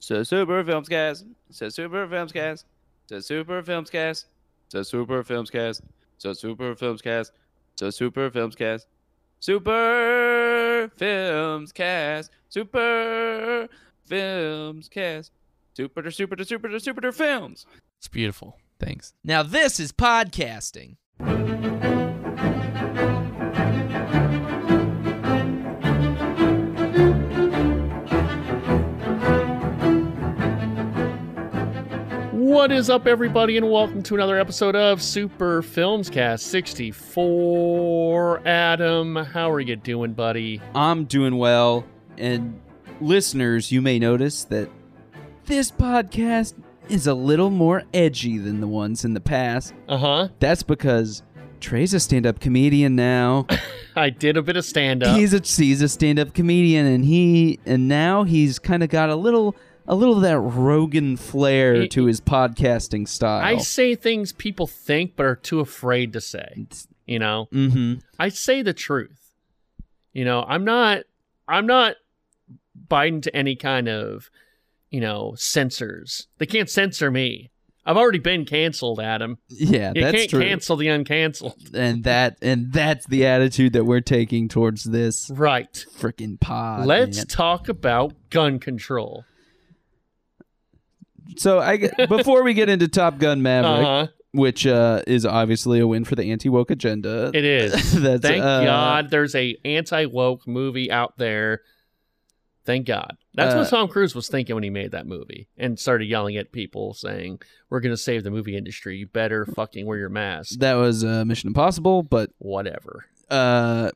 to Super Filmscast, to Super Filmscast, to Super Filmscast, to Super Filmscast, to Super Filmscast, to Super Filmscast, Super Filmscast, Super Filmscast, Super to Super to Super to Super to Films. It's beautiful. Thanks. Now this is podcasting. What is up, everybody, and welcome to another episode of Super Films Cast 64. Adam, how are you doing, buddy? I'm doing well, and listeners, you may notice that this podcast is a little more edgy than the ones in the past. Uh huh. That's because Trey's a stand-up comedian now. I did a bit of stand up. He's a he's a stand-up comedian, and he and now he's kind of got a little a little of that Rogan flair He- to his podcasting style. I say things people think but are too afraid to say. You know, mm-hmm. I say the truth. You know, I'm not, I'm not biting to any kind of, you know, censors. They can't censor me. I've already been canceled, Adam. Yeah, You that's can't true. cancel the uncanceled. and that and that's the attitude that we're taking towards this Right. freaking pod. Let's man. talk about gun control. so I g- before we get into Top Gun Maverick, Uh-huh. which uh, is obviously a win for the anti woke agenda. It is. that's, Thank uh, God there's a anti woke movie out there. Thank God. That's Uh, what Tom Cruise was thinking when he made that movie and started yelling at people saying, "We're going to save the movie industry. You better fucking wear your mask." That was uh, Mission Impossible, but Whatever. uh,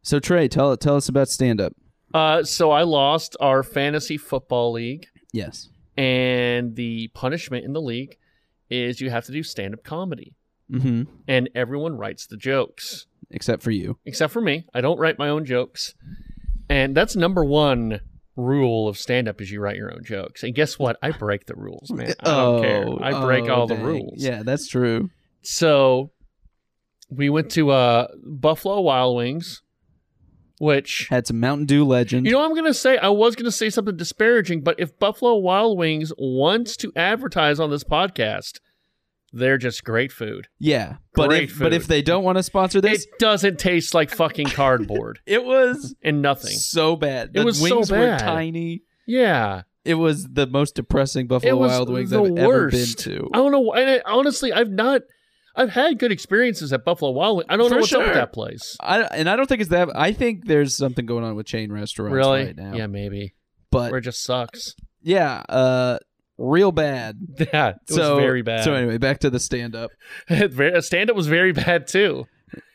so Trey, tell tell us about stand up. Uh, so I lost our fantasy football league, Yes. and the punishment in the league is you have to do stand up comedy, Mm-hmm. and everyone writes the jokes. Except for you. except for me. I don't write my own jokes. And that's number one rule of stand up is you write your own jokes. And guess what? I break the rules, man. I don't care. I break oh, all the dang. rules. Yeah, that's true. So we went to uh Buffalo Wild Wings, which Had some Mountain Dew legend. you know I'm gonna say I was gonna say something disparaging, but if Buffalo Wild Wings wants to advertise on this podcast, they're just great food. yeah, but Great if, but if food. they don't want to sponsor this, It doesn't taste like fucking cardboard it, was and nothing. so bad. It The was so wings were bad. tiny. Yeah. It was the most depressing Buffalo it was Wild Wings the I've ever been worst. to. I don't know. why- And I, honestly, I've not. I've had good experiences at Buffalo Wild Wings. I don't For know what's up sure. with that place. I and I don't think it's that. I think there's something going on with chain restaurants Really? right now. Yeah, maybe. but Where it just sucks. yeah, uh, real bad. Yeah, it so was very bad. So anyway, back to the stand up. stand up was very bad too.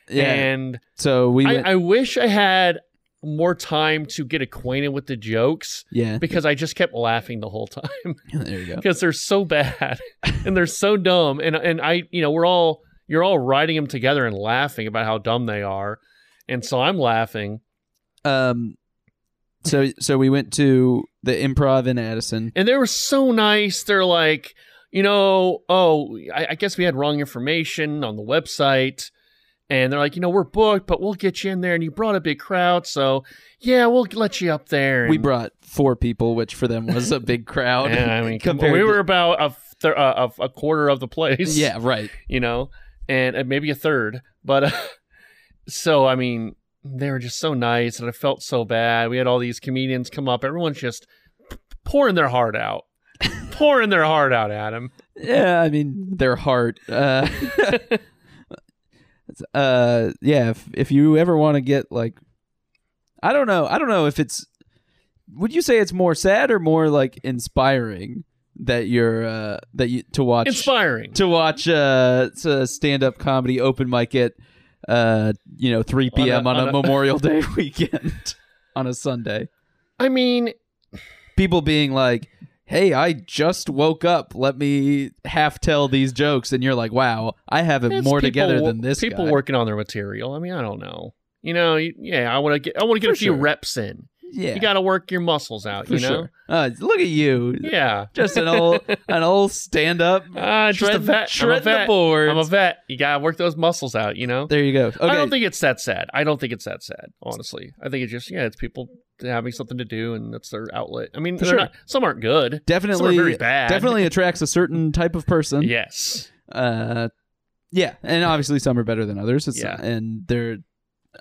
Yeah. And so we went, I, I wish I had more time to get acquainted with the jokes yeah. because I just kept laughing the whole time. There you go. because they're so bad and they're so dumb and and I you know we're all you're all writing them together and laughing about how dumb they are and so I'm laughing Um. So so we went to the improv in Addison. and they were so nice they're like you know oh I, I guess we had wrong information on the website and they're like you know we're booked but we'll get you in there and you brought a big crowd so yeah we'll let you up there and, We brought four people, which for them was a big crowd. yeah, I mean come on, compared we to- were about a, th- a a quarter of the place yeah, right. you know, and uh, maybe a third. But uh, so, I mean, they were just so nice, and I felt so bad. We had all these comedians come up. Everyone's just p- pouring their heart out, pouring their heart out, Adam. Yeah, I mean Mm-hmm. their heart. Uh, uh, yeah. If if you ever want to get like, I don't know, I don't know if it's. Would you say it's more sad or more like inspiring that you're uh, that you to watch Inspiring. to watch uh stand up comedy open mic at uh you know 3 On a- p.m. on a, on a- Memorial Day weekend on a Sunday. I mean, People being like, "Hey, I just woke up. Let me half tell these jokes," and you're like, "Wow, I have it it's more people together wo- than this." People guy. working on their material. I mean, I don't know. You know, you- yeah, I want to get, I want to get For a few sure. reps in. Yeah, You got to work your muscles out, for you know? sure. Uh, look at you, Yeah. just an old an old stand up. Uh, just a vet. I'm a the vet. boards. I'm a vet. You got to work those muscles out, you know? There you go. Okay. I don't think it's that sad. I don't think it's that sad, honestly. I think it's just, yeah, it's people having something to do and that's their outlet. I mean, For they're sure. not, some aren't good. definitely some are very bad. definitely attracts a certain type of person. Yes. Uh, yeah, and obviously some are better than others. It's Yeah. and they're.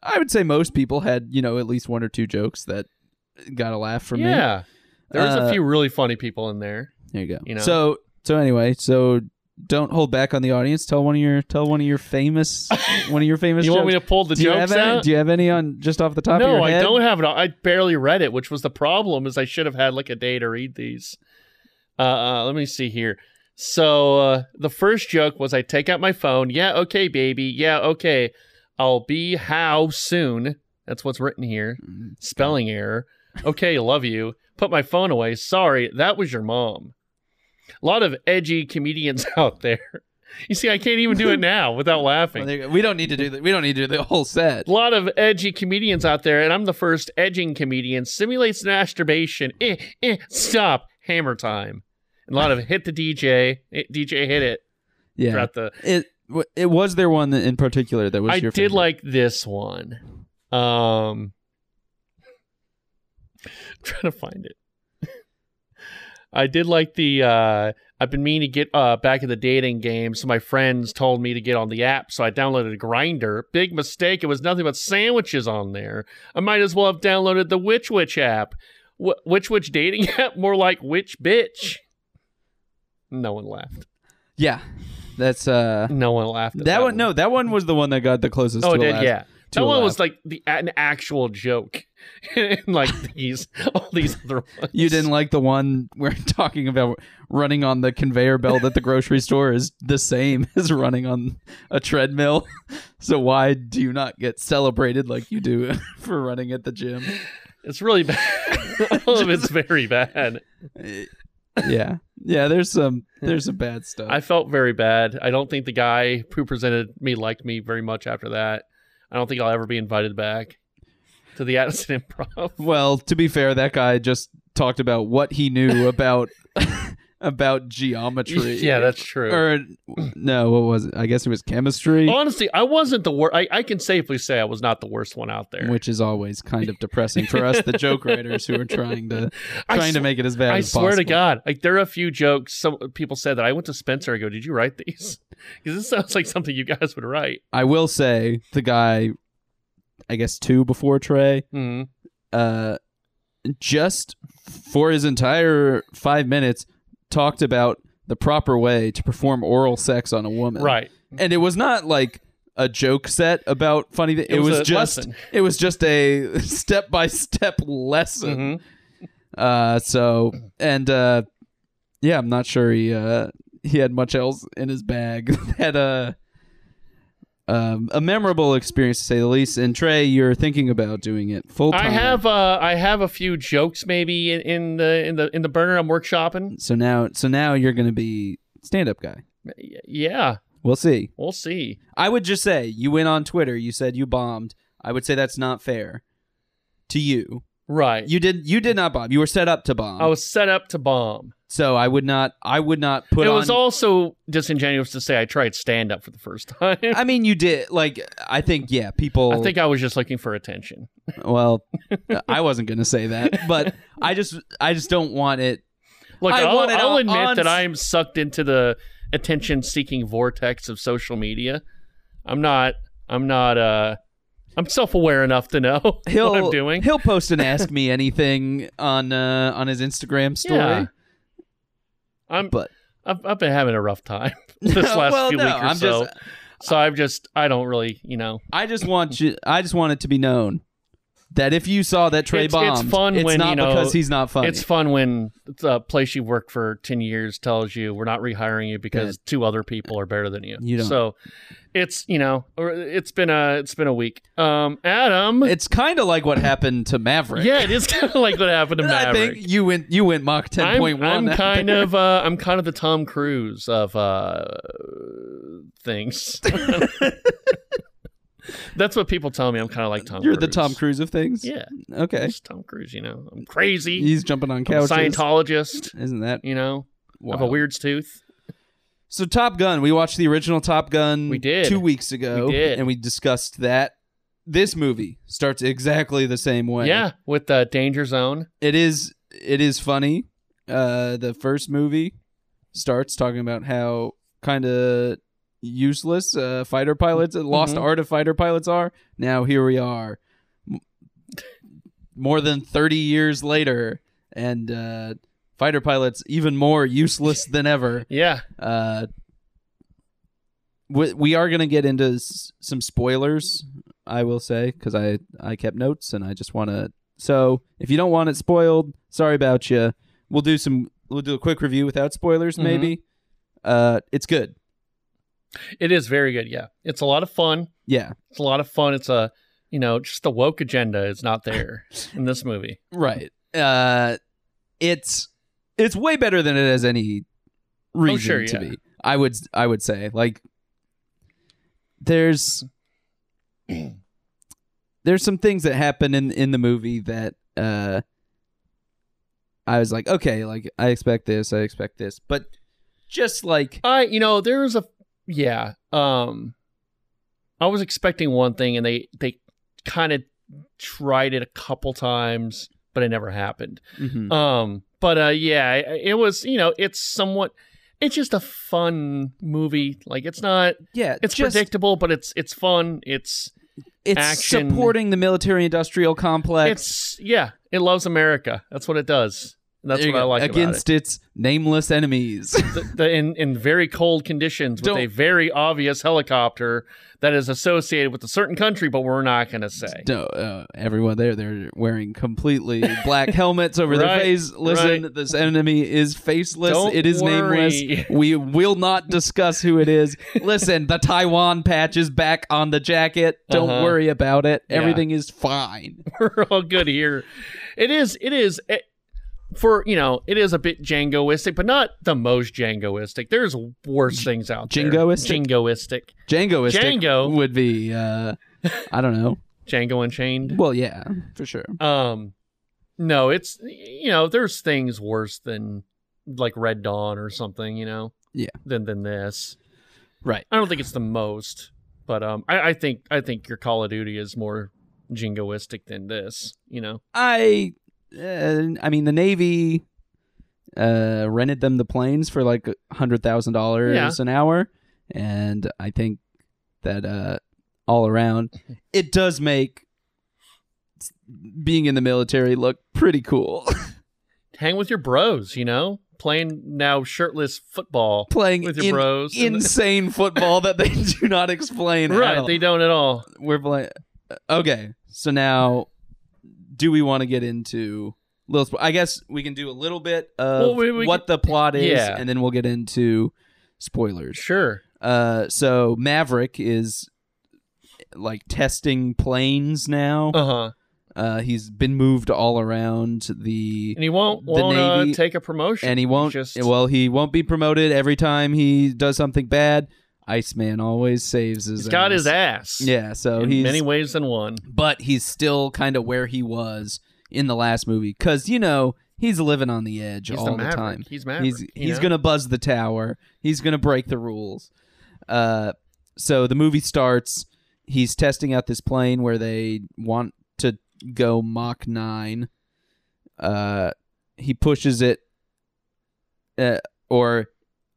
I would say most people had you know at least one or two jokes that got a laugh from me. yeah. There's Uh, a few really funny people in there. There you go. You know? So so anyway, so don't hold back on the audience. Tell one of your tell one of your famous one of your famous. You jokes. want me to pull the do you have jokes any? out? Do you have any on just off the top of no, your I head? don't have it. all. I barely read it, which was the problem. Is I should have had like a day to read these. Uh, uh, let me see here. So uh, the first joke was I take out my phone. Yeah, okay, baby. Yeah, okay. I'll be how soon. That's what's written here. Mm-hmm. Spelling error. Okay, love you. Put my phone away. Sorry, that was your mom. A lot of edgy comedians out there. You see, I can't even do it now without laughing Well, there you go. We don't need to do the, we don't need to do the whole set. a lot of edgy comedians out there, and I'm the first edging comedian. Simulates masturbation. Eh, eh, stop. Hammer time. And a lot of hit the DJ. eh, DJ hit it Yeah, throughout the. it w- it was there one that in particular that was I your did favorite? like this one. Um, trying to find it. I did like the. Uh, I've been meaning to get uh, back in the dating game, so my friends told me to get on the app, so I downloaded a grinder. Big mistake. It was nothing but sandwiches on there. I might as well have downloaded the Witch Witch app. Wh- Witch Witch dating app? More like Witch Bitch. No one laughed. Yeah, that's uh No one laughed. that, At one. No, that one was the one that got the closest. Oh, to it a did. laugh- Yeah. to That a one laugh. was like the an actual joke, and like these all these other ones. You didn't like the one we're talking about running on the conveyor belt at the grocery store is the same as running on a treadmill. so why do you not get celebrated like you do for running at the gym? It's really bad. all of it's very bad. Yeah. Yeah, there's some there's some bad stuff. I felt very bad. I don't think the guy who presented me liked me very much after that. I don't think I'll ever be invited back to the Addison Improv. well, to be fair, that guy just talked about what he knew about about geometry. yeah, that's true. Oh, or no, what was it? I guess it was chemistry, Honestly, I wasn't the worst. I, I can safely say I was not the worst one out there. which is always kind of depressing for us, the joke writers who are trying to I trying to sw- make it as bad I as swear to possible. God, like there are a few jokes. Some people said that I went to Spencer. I go, did you write these? Because this sounds like something you guys would write. I will say the guy, I guess two before Trey, Mm. uh, just for his entire five minutes, talked about the proper way to perform oral sex on a woman. Right. and it was not like a joke set about funny. Th- it, was was, a just lesson. it was just a step by step lesson. Mhm. Uh, so and uh, yeah, I'm not sure he uh he had much else in his bag. had a um a memorable experience to say the least. And Trey, you're thinking about doing it full time. I have uh, I have a few jokes maybe in, in the in the in the burner. I'm workshopping. So now, so now you're gonna be stand up guy. Y- Yeah, We'll see. we'll see. I would just say you went on Twitter. You said you bombed. I would say that's not fair to you. Right. You did. You did not bomb. You were set up to bomb. I was set up to bomb. so I would not. I would not put it on. was also disingenuous to say I tried stand up for the first time. I mean, you did. Like, I think, yeah, people. I think I was just looking for attention. Well, I wasn't gonna say that, but I just, I just don't want it. Look, I I will want it I'll on- admit on that s- I am sucked into the attention-seeking vortex of social media. I'm not. I'm not. Uh, I'm self-aware enough to know He'll what I'm doing. He'll post and ask me anything on uh, on his Instagram story. Yeah. I'm. But I've, I've been having a rough time this last Well, few no, weeks or I'm so. just, so I've just. I don't really. You know. I just want you. I just want it to be known that if you saw that Trey It's- it's bombed, fun it's when, not you know, because he's not funny. It's fun when the place you worked for ten years tells you we're not rehiring you because two other people are better than you. You don't- So, it's you know, or it's been a it's been a week. Um, Adam. it's kind of like what happened to Maverick. Yeah, it is kind of like what happened to Maverick. I think you went you went Mach ten I'm, point one. I'm kind of uh, I'm kind of the Tom Cruise of uh, things. That's what people tell me. I'm kind of like Tom. You're the Cruise. Tom Cruise of things. Yeah, Okay. it's Tom Cruise. You know, I'm crazy. He's jumping on I'm a couches. Scientologist. Isn't that You know, I have a wild? weird's tooth. So Top Gun, we watched the original Top Gun. We did. two weeks ago, We did. and we discussed that. This movie starts exactly the same way. Yeah, with the danger zone. it is. It is funny. Uh, the first movie starts talking about how kind of useless uh, fighter pilots, uh, lost Mhm. art of fighter pilots are. Now here we are, M- more than thirty years later, and uh, fighter pilots even more useless than ever. Yeah, Uh, we, we are going to get into s- some spoilers, I will say, because I, I kept notes and I just want to. So if you don't want it spoiled, sorry about you. We'll do some. We'll do a quick review without spoilers, Mhm. maybe. Uh, it's good. it is very good. Yeah, it's a lot of fun. Yeah. It's a lot of fun. It's a you know just the woke agenda is not there in this movie. Right. Uh, it's it's way better than it has any reason Oh, sure, to yeah. be. I would I would say like there's there's some things that happen in in the movie that uh I was like okay like I expect this I expect this but just like I you know there was a yeah um I was expecting one thing and they they kind of tried it a couple times but it never happened. mhm. Um but uh yeah it it was you know it's somewhat it's just a fun movie like it's not yeah it's just, predictable but it's it's fun it's it's action. supporting the military industrial complex it's yeah it loves America that's what it does And that's There you what I go. like against its nameless enemies about it the, the, in in very cold conditions with Don't- a very obvious helicopter that is associated with a certain country but we're not gonna say No, uh, everyone there, they're wearing completely black helmets over their Right, face. Listen, right. this enemy is faceless. Don't it is worry. nameless. We will not discuss who it is. Listen, the Taiwan patch is back on the jacket. Don't Uh-huh. worry about it. Yeah. Everything is fine. we're all good here. It is. It is. It, for you know, it is a bit Djangoistic, but not the most Djangoistic. There's worse things out there. Jingoistic? Jingoistic. Djangoistic Django. would be, uh, I don't know. Django Unchained. Well, yeah, for sure. Um, no, it's you know, there's things worse than like Red Dawn or something. You know. Yeah. Than than this. Right. I don't think it's the most, but um, I, I think I think your Call of Duty is more Jingoistic than this. You know. I, uh, I mean, the Navy uh, rented them the planes for like hundred thousand Yeah. dollars an hour, and I think that uh, all around, it does make s- being in the military look pretty cool. hang with your bros, you know, playing now shirtless football Playing with your in- bros. insane football that they do not explain. at right, all. they don't at all. we're playing. Okay, so now, do we want to get into little? Spo- I guess we can do a little bit of Well, we- we what the plot is, Yeah. and then we'll get into spoilers. Sure. Uh, so Maverick is like testing planes now. Uh huh. Uh, he's been moved all around the. And he won't The won't uh, Navy- take a promotion. And he won't. just- well, he won't be promoted every time he does something bad. Iceman always saves his. he's got his ass. Yeah, so in he's many ways than one. but he's still kind of where he was in the last movie because you know he's living on the edge He's all the the, Maverick. time. He's Maverick. he's you he's know? gonna buzz the tower. He's gonna break the rules. Uh, so the movie starts. He's testing out this plane where they want to go Mach nine. Uh, he pushes it, uh, or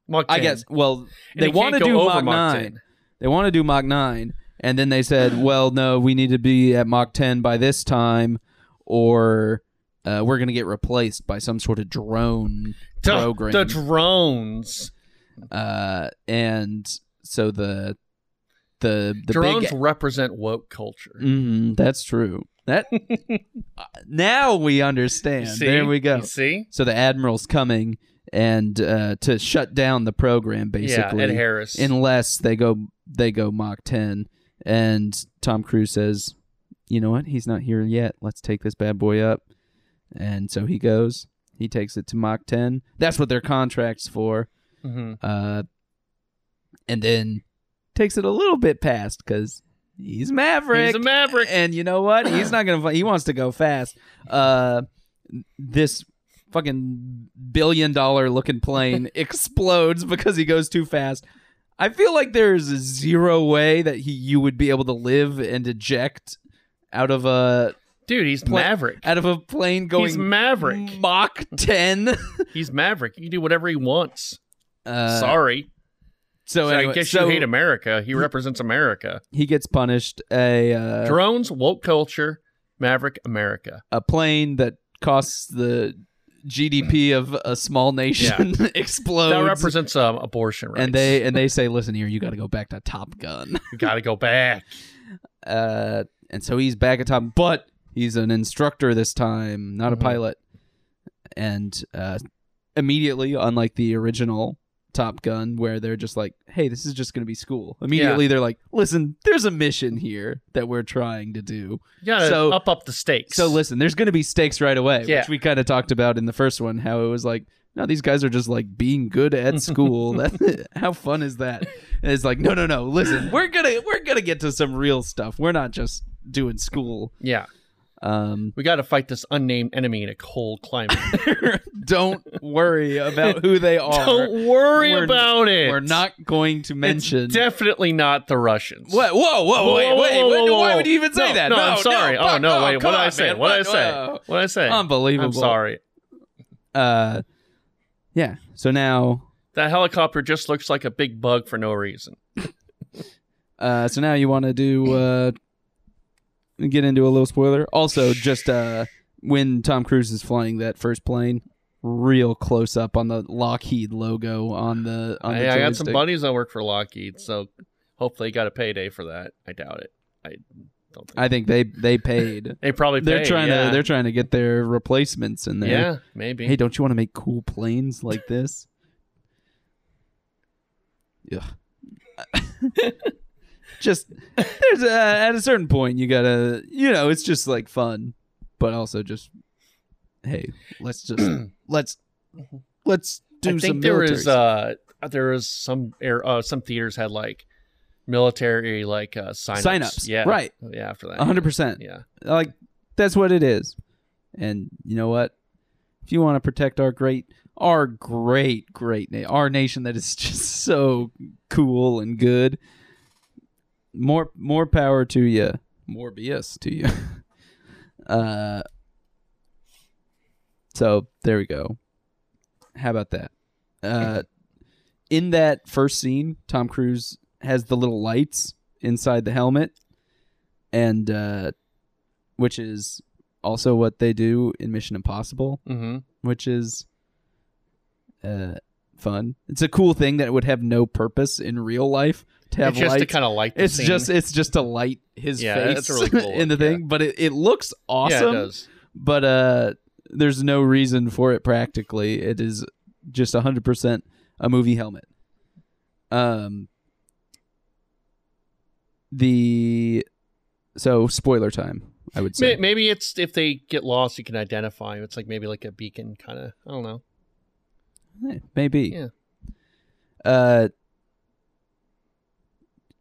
Mach I 10. guess. Well, And they he can't want to go do over Mach nine. 10. They want to do Mach 9, and then they said, well, no, we need to be at Mach 10 by this time, or uh, we're going to get replaced by some sort of drone Duh, program. The drones. uh, and so the the the drones big represent woke culture. Mhm, that's true. That Uh, now we understand. You see? There we go. You see? So the admiral's coming and uh, to shut down the program basically. yeah, Ed Harris. unless they go they go Mach 10 and Tom Cruise says, "You know what? He's not here yet. Let's take this bad boy up." And so he goes. He takes it to Mach 10. That's what their contracts for. Mhm. Uh and then takes it a little bit past cuz He's Maverick. He's a maverick. And you know what? He's not gonna. He wants to go fast. Uh, this fucking billion dollar looking plane explodes because he goes too fast. I feel like there's zero way that he you would be able to live and eject out of a Dude, he's Pla- maverick. out of a plane He's going Mm. maverick. Mach ten. He's maverick. He can do whatever he wants. Uh, Sorry. So, So anyway, I guess so you hate America. He represents America. he gets punished. A uh, Drones, woke culture, maverick, America. a plane that costs the GDP of a small nation explodes. That represents um, abortion rights. and they and they say, "Listen here, you got to go back to Top Gun." you got to go back. Uh, and so he's back at Top, but he's an instructor this time, not Mhm. a pilot. And uh, immediately, unlike the original Top Gun, where they're just like, "Hey, this is just going to be school." Immediately, they're like, "Listen, there's a mission here that we're trying to do." You got to So- up up the stakes. So listen, there's going to be stakes right away, Yeah. which we kind of talked about in the first one. How it was like, no, these guys are just like being good at school. That- how fun is that? And it's like, no, no, no. Listen, we're gonna we're gonna get to some real stuff. We're not just doing school. Yeah. Um, We got to fight this unnamed enemy in a cold climate. don't worry about who they are. Don't worry We're- about it. We're not going to mention. It's definitely not the Russians. what? Whoa, whoa, Whoa, whoa, wait, whoa, wait. whoa, whoa, Why whoa. would you even say no, that? No, I'm sorry. oh fuck, no, wait. What come did I on, say? man. What did I say? whoa. What did I say? Unbelievable. I'm sorry. Uh, yeah. So now That helicopter just looks like a big bug for no reason. Uh, so now you want to do uh, get into a little spoiler. Also, just uh, when Tom Cruise is flying that first plane, real close up on the Lockheed logo on the on the Hey, I got some joystick. buddies that work for Lockheed, so hopefully they got a payday for that. I doubt it. I don't think I think they they paid. they probably they're pay, trying yeah. to they're trying to get their replacements in there. yeah maybe. Hey, don't you want to make cool planes like this? Ugh. just there's a, at a certain point you gotta you know it's just like fun, but also just hey let's just let's let's do I think some there military was stuff. uh there was some air uh, some theaters had like military like uh sign-ups. Sign-ups, Yeah. right. Yeah, after that. A hundred percent Yeah. like that's what it is, and you know what if you want to protect our great our great great na- our nation that is just so cool and good more more power to you more bs to you uh so there we go how about that uh in that first scene tom cruise has the little lights inside the helmet and uh which is also what they do in mission impossible Mm-hmm. which is uh fun. It's a cool thing that would have no purpose in real life to have It's just to lights. kind of like the it's scene. just it's just to light his Yeah, face that's a really cool in the look, yeah. thing, but it, it looks awesome. Yeah, it does. But uh there's no reason for it practically. It is just 100% a movie helmet. Um the so spoiler time, I would say. May- Maybe it's if they get lost, you can identify. 'em. It's like maybe like a beacon, kind of. I don't know. Eh, Maybe. Yeah. Uh,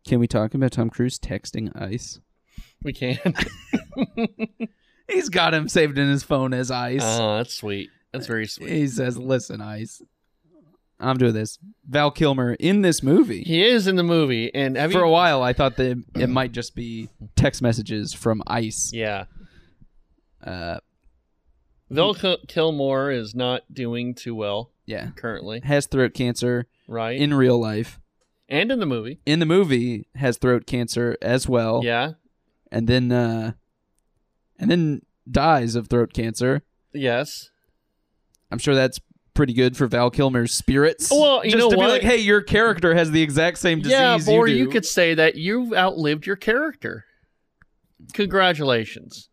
can we talk about Tom Cruise texting ICE? We can. He's got him saved in his phone as ICE. Oh, that's sweet. That's very sweet. he says, "Listen, ICE, I'm doing this." Val Kilmer in this movie. He is in the movie, and have For you- a while, I thought that it might just be text messages from ICE. Yeah, Uh, Val Kil- Kilmore is not doing too well yeah, currently, has throat cancer right? in real life. and in the movie, In the movie, has throat cancer as well. yeah, and then uh, and then dies of throat cancer. yes. I'm sure that's pretty good for Val Kilmer's spirits. Well, you just know to what? be like, hey, your character has the exact same disease. yeah, or you, you, do." could say that you've outlived your character. Congratulations.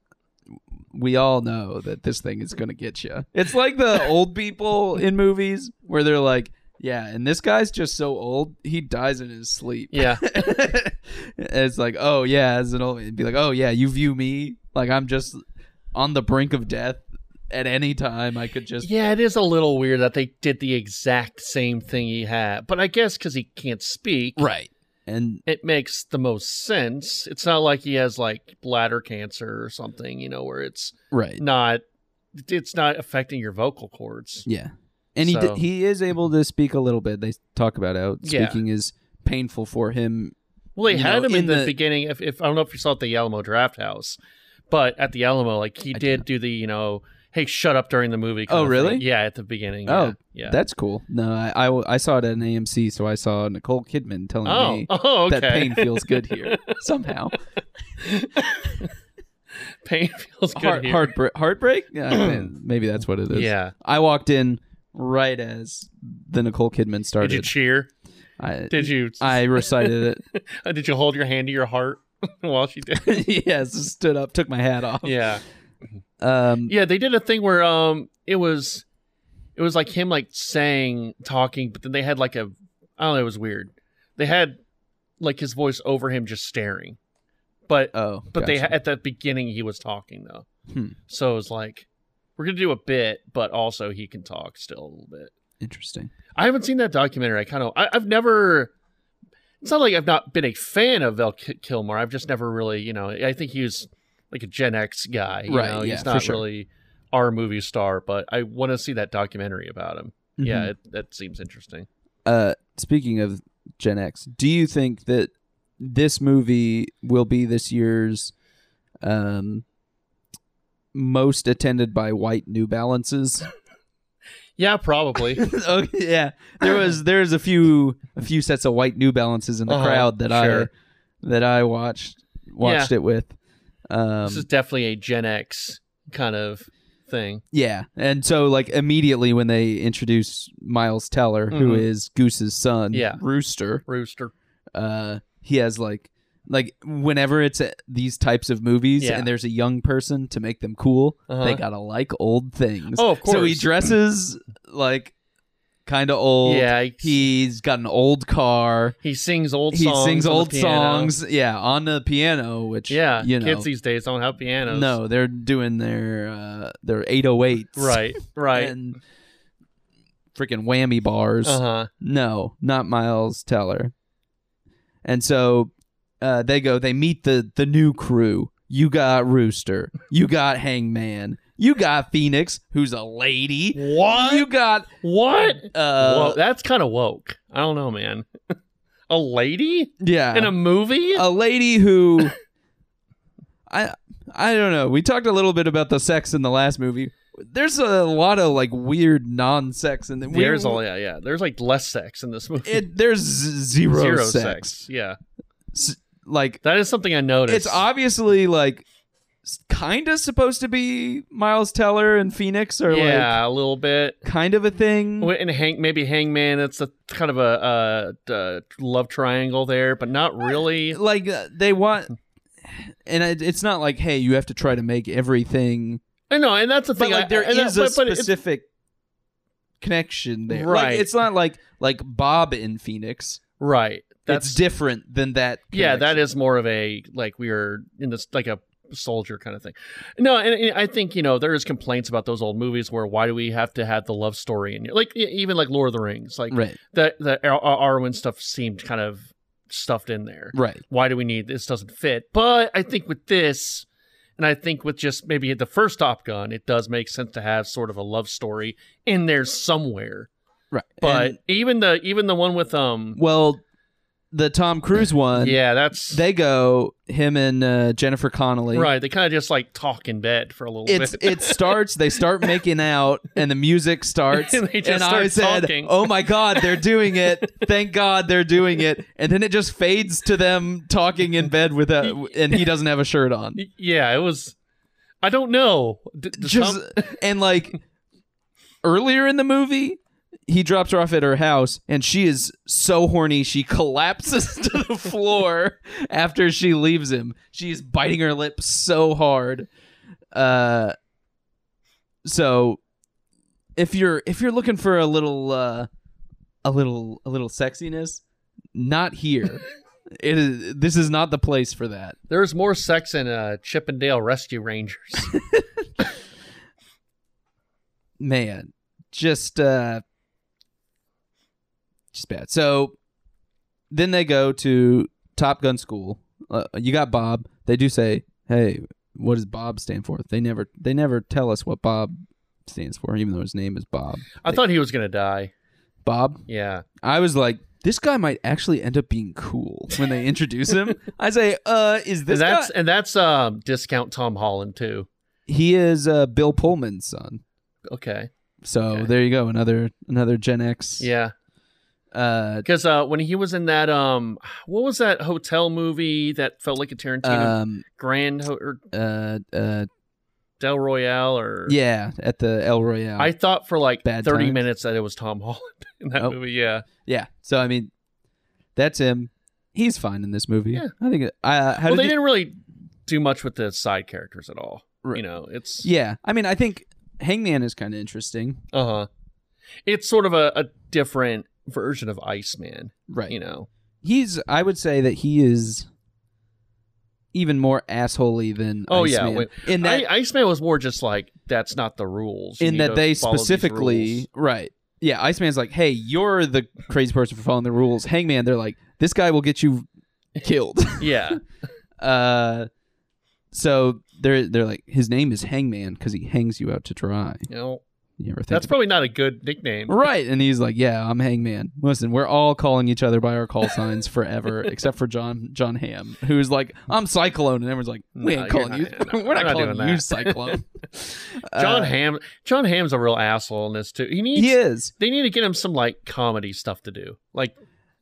We all know that this thing is going to get you. It's like the old people in movies where they're like, yeah, and this guy's just so old, he dies in his sleep. Yeah, And it's like, oh yeah, as an old, it'd be like, oh yeah, you view me like I'm just on the brink of death at any time. I could just yeah, it is a little weird that they did the exact same thing he had, but I guess because he can't speak, right. and it makes the most sense. It's not like he has like bladder cancer or something, you know, where it's right, not it's not affecting your vocal cords. yeah. And he d- So- Mhm. he is able to speak a little bit. They talk about how Yeah. speaking is painful for him. Well, they You had know, him in, in the, the- beginning. If, if I don't know if you saw at the Alamo Draft House, but at the Alamo, like he I did did do the you know, hey, shut up during the movie. Oh, kind of really? thing. Yeah, at the beginning. Oh, yeah. yeah. That's cool. No, I, I w- I saw it at an AMC, so I saw Nicole Kidman telling oh, me oh, okay. that pain feels good here somehow. pain feels good. Heart, here. heartbreak, heartbreak. Yeah, man, maybe that's what it is. yeah. I walked in right as the Nicole Kidman Did you started. cheer? I, Did you? uh, I recited did you hold your hand to your heart while she did? it. yes, stood up, took my hat off. Yeah. Um, Yeah, they did a thing where um it was it was like him like saying talking, but then they had like a I don't know, it was weird. They had like his voice over him just staring. But Oh, but they gotcha. at the beginning he was talking though. Hmm. So it was like we're going to do a bit, but also he can talk still a little bit. interesting. I haven't seen that documentary. I kind of I, I've never it's not like I've not been a fan of Val Ki- Kilmer. I've just never really, you know, I think he was like a Gen X guy. You Right, know? yeah, He's for not sure. really our movie star, but I want to see that documentary about him. Yeah, Mhm. it, that seems interesting. Uh, speaking of Gen X, do you think that this movie will be this year's um most attended by white New Balances? Yeah, probably. oh yeah, there was there's a few a few sets of white New Balances in the Uh-huh, crowd that sure. I that I watched watched it with. Um, this is definitely a Gen X kind of thing. Yeah, and so like immediately when they introduce Miles Teller, who Mhm. is Goose's son, Yeah. Rooster, Rooster. uh, he has like like whenever it's uh, these types of movies Yeah. and there's a young person to make them cool, Uh-huh. they gotta like old things. Oh, of course. So he dresses like kind of old. yeah, he, he, he's got an old car. sings old he songs. sings on the old piano. songs, yeah, on the piano, which Yeah, you know, kids these days don't have pianos. no, they're doing their uh, their 808s, Right, right. and freaking whammy bars. Uh huh. No, not Miles Teller. And so uh, they go. They meet the the new crew. You got Rooster. You got Hangman. You got Phoenix, who's a lady. What? You got what? Whoa, uh, that's kind of woke. I don't know, man. a lady yeah, Uh, in a movie? a lady who I I don't know. We talked a little bit about the sex in the last movie. There's a lot of like weird non-sex in the There's all yeah, yeah. There's like less sex in this movie. it, there's z- zero, Zero sex. Yeah, Like that is something I noticed. it's obviously like kind of supposed to be Miles Teller and Phoenix or yeah, a little bit. like kind of a thing. Wait, And Hank, maybe Hangman. It's a kind of a, uh uh love triangle there, but not really. Like uh, they want and it, it's not like hey, you have to try to make everything I know, and that's the but thing. I- like there and that- is but- a but it's- specific connection there. Right. Like it's not like like Bob in Phoenix. right. That's That's different than that. yeah that connection. is more of a like we are in this like a soldier kind of thing no and, and i think you know there is complaints about those old movies where why do we have to have the love story in like e- even like lord of the rings like right. the the Ar- Ar- arwen stuff seemed kind of stuffed in there Right. why do we need this doesn't fit but i think with this and i think with just maybe the first top gun it does make sense to have sort of a love story in there somewhere Right. but And- even the even the one with um well, the Tom Cruise one. yeah that's They go him and uh, Jennifer Connelly. Right. They kind of just like talk in bed for a little It's bit. it starts. They start making out, and the music starts. And they just I start said, talking. "Oh my God, they're doing it! Thank God they're doing it!" And then it just fades to them talking in bed with a, and he doesn't have a shirt on. Y- yeah, it was. I don't know. D- does just Tom- and like earlier in the movie he drops her off at her house and she is so horny she collapses to the floor after she leaves him she is biting her lip so hard uh so if you're if you're looking for a little uh a little a little sexiness not here it is this is not the place for that there's more sex in uh, Chippendale Rescue Rangers. man, just uh just bad. So then they go to Top Gun school. Uh, you got Bob. They do say, "Hey, what does Bob stand for?" They never they never tell us what Bob stands for, even though his name is Bob. I thought he was gonna die. Bob. Yeah. I was like, this guy might actually end up being cool when they introduce him. I say, uh, is this and that's guy? and that's um discount Tom Holland too. He is uh, Bill Pullman's son. Okay. So Okay. there you go, another another Gen X. Yeah. Uh, Because uh, when he was in that um, what was that hotel movie that felt like a Tarantino um, Grand Ho- or uh, uh, Del Royale or yeah, at the El Royale. I thought for like Bad thirty Times. minutes that it was Tom Holland in that Oh. movie. Yeah. yeah. So I mean, that's him. He's fine in this movie. Yeah. I think. Uh, how well, did they you- didn't really do much with the side characters at all. Right. You know, it's Yeah. I mean, I think Hangman is kind of interesting. uh huh. It's sort of a, a different version of Iceman. Right. You know. he's I would say that he is even more assholey than Oh, yeah, Iceman. wait. in that I, Iceman was more just like that's not the rules. You in need to that they follow these rules. specifically right yeah Iceman's like hey you're the crazy person for following the rules Hangman they're like this guy will get you killed yeah uh so they're they're like his name is Hangman because he hangs you out to dry you know you ever think that's about- probably not a good nickname Right, and he's like, "Yeah, I'm Hangman." Listen, we're all calling each other by our call signs forever, except for John John Ham, who's like, "I'm Cyclone," and everyone's like, "We No, ain't you're calling not- you. no, we're not, we're not calling doing you that." Cyclone." John Uh, Ham John Ham's a real asshole in this too he needs he is. they need to get him some like comedy stuff to do like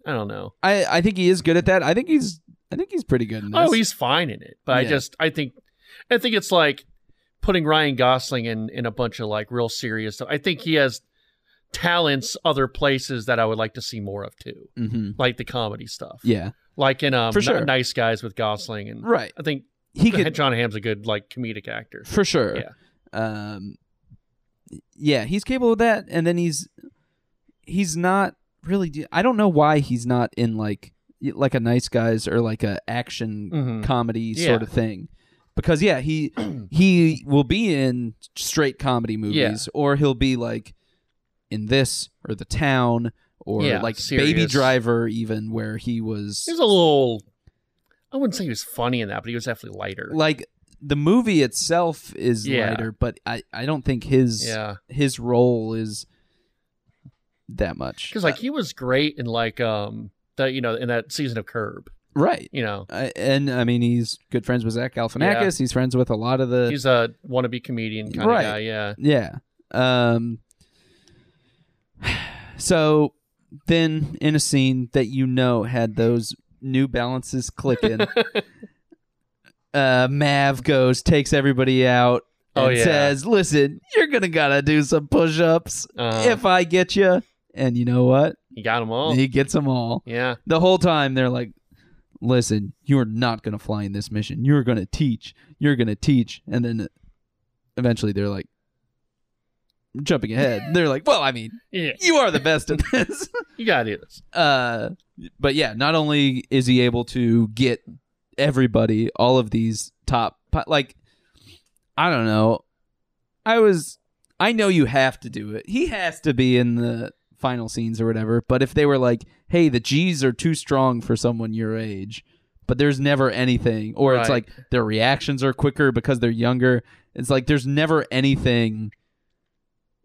I don't know I I think he is good at that. I think he's I think he's pretty good in this. oh he's fine in it but I Yeah. just I think I think it's like putting Ryan Gosling in in a bunch of like real serious stuff I think he has talents other places that I would like to see more of too hmm like the comedy stuff Yeah, like in um For sure. nice guys with Gosling and right. I think He could John Hamm's a good like comedic actor. for sure. Yeah. Um. Yeah, he's capable of that, and then he's he's not really. do- I don't know why he's not in like like a nice guys or like a action comedy Mm. Yeah. sort of thing. Because yeah, he he will be in straight comedy movies, or he'll be like in this or the town or Yeah, like Baby serious. Driver, even where he was He was a little. I wouldn't say he was funny in that, but he was definitely lighter. like the movie itself is Yeah. lighter, but I I don't think his yeah, his role is that much. Uh, because like he was great in like um that you know in that season of Curb. Uh, right. You know, I, and I mean, he's good friends with Zach Galifianakis. He's friends with a lot of the he's a wannabe comedian kind Right. of guy. Yeah, Yeah. Um so then in a scene that you know had those new balances clicking uh Mav goes takes everybody out and Oh, yeah. says, "Listen, you're going to got to do some push-ups uh, if I get you." And you know what? he got them all. He gets them all. yeah, The whole time they're like, "Listen, you're not going to fly in this mission. You're going to teach. You're going to teach." And then eventually they're like jumping ahead. They're like, "Well, I mean, yeah, you are the best at this." you got it. Uh but yeah, not only is he able to get everybody all of these top po- like I don't know. I was I know you have to do it. He has to be in the final scenes or whatever, but if they were like, "Hey, the G's are too strong for someone your age." But there's never anything or it's Right. like their reactions are quicker because they're younger. It's like there's never anything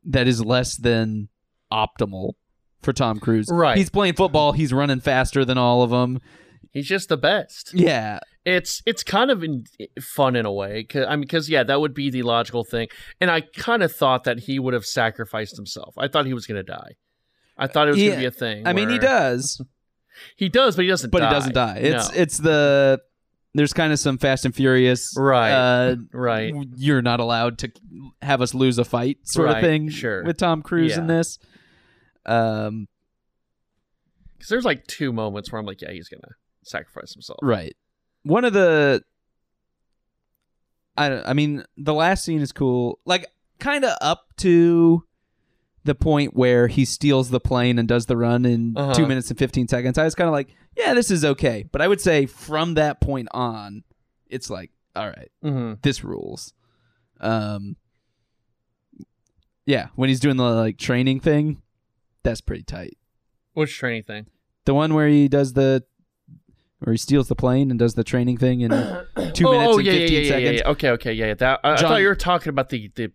that is less than optimal for Tom Cruise. Right. He's playing football. He's running faster than all of them. He's just the best. Yeah. it's it's kind of in, fun in a way. 'cause- I mean, because yeah, that would be the logical thing. And I kind of thought that he would have sacrificed himself. I thought he was going to die. I thought it was Yeah. going to be a thing. I mean, he where- does, He does, but he doesn't. but die. he doesn't die. It's No. it's the there's kind of some Fast and Furious. Right. Uh, right. You're not allowed to have us lose a fight, sort of Right, thing. sure. With Tom Cruise in Yeah. this. Um. Because there's like two moments where I'm like, yeah, he's going to sacrifice himself. Right. One of the I don't, I mean, the last scene is cool. Like kind of up to the point where he steals the plane and does the run in Uh-huh. 2 minutes and 15 seconds. I was kind of like, yeah, this is okay. But I would say from that point on, it's like, all right, hmm this rules. Um yeah, when he's doing the like training thing, that's pretty tight. Which training thing? The one where he does the where he steals the plane and does the training thing in two oh, minutes oh, and yeah, yeah, fifteen yeah, yeah, seconds. yeah, Okay, okay, yeah. yeah. That I, I John- thought you were talking about the the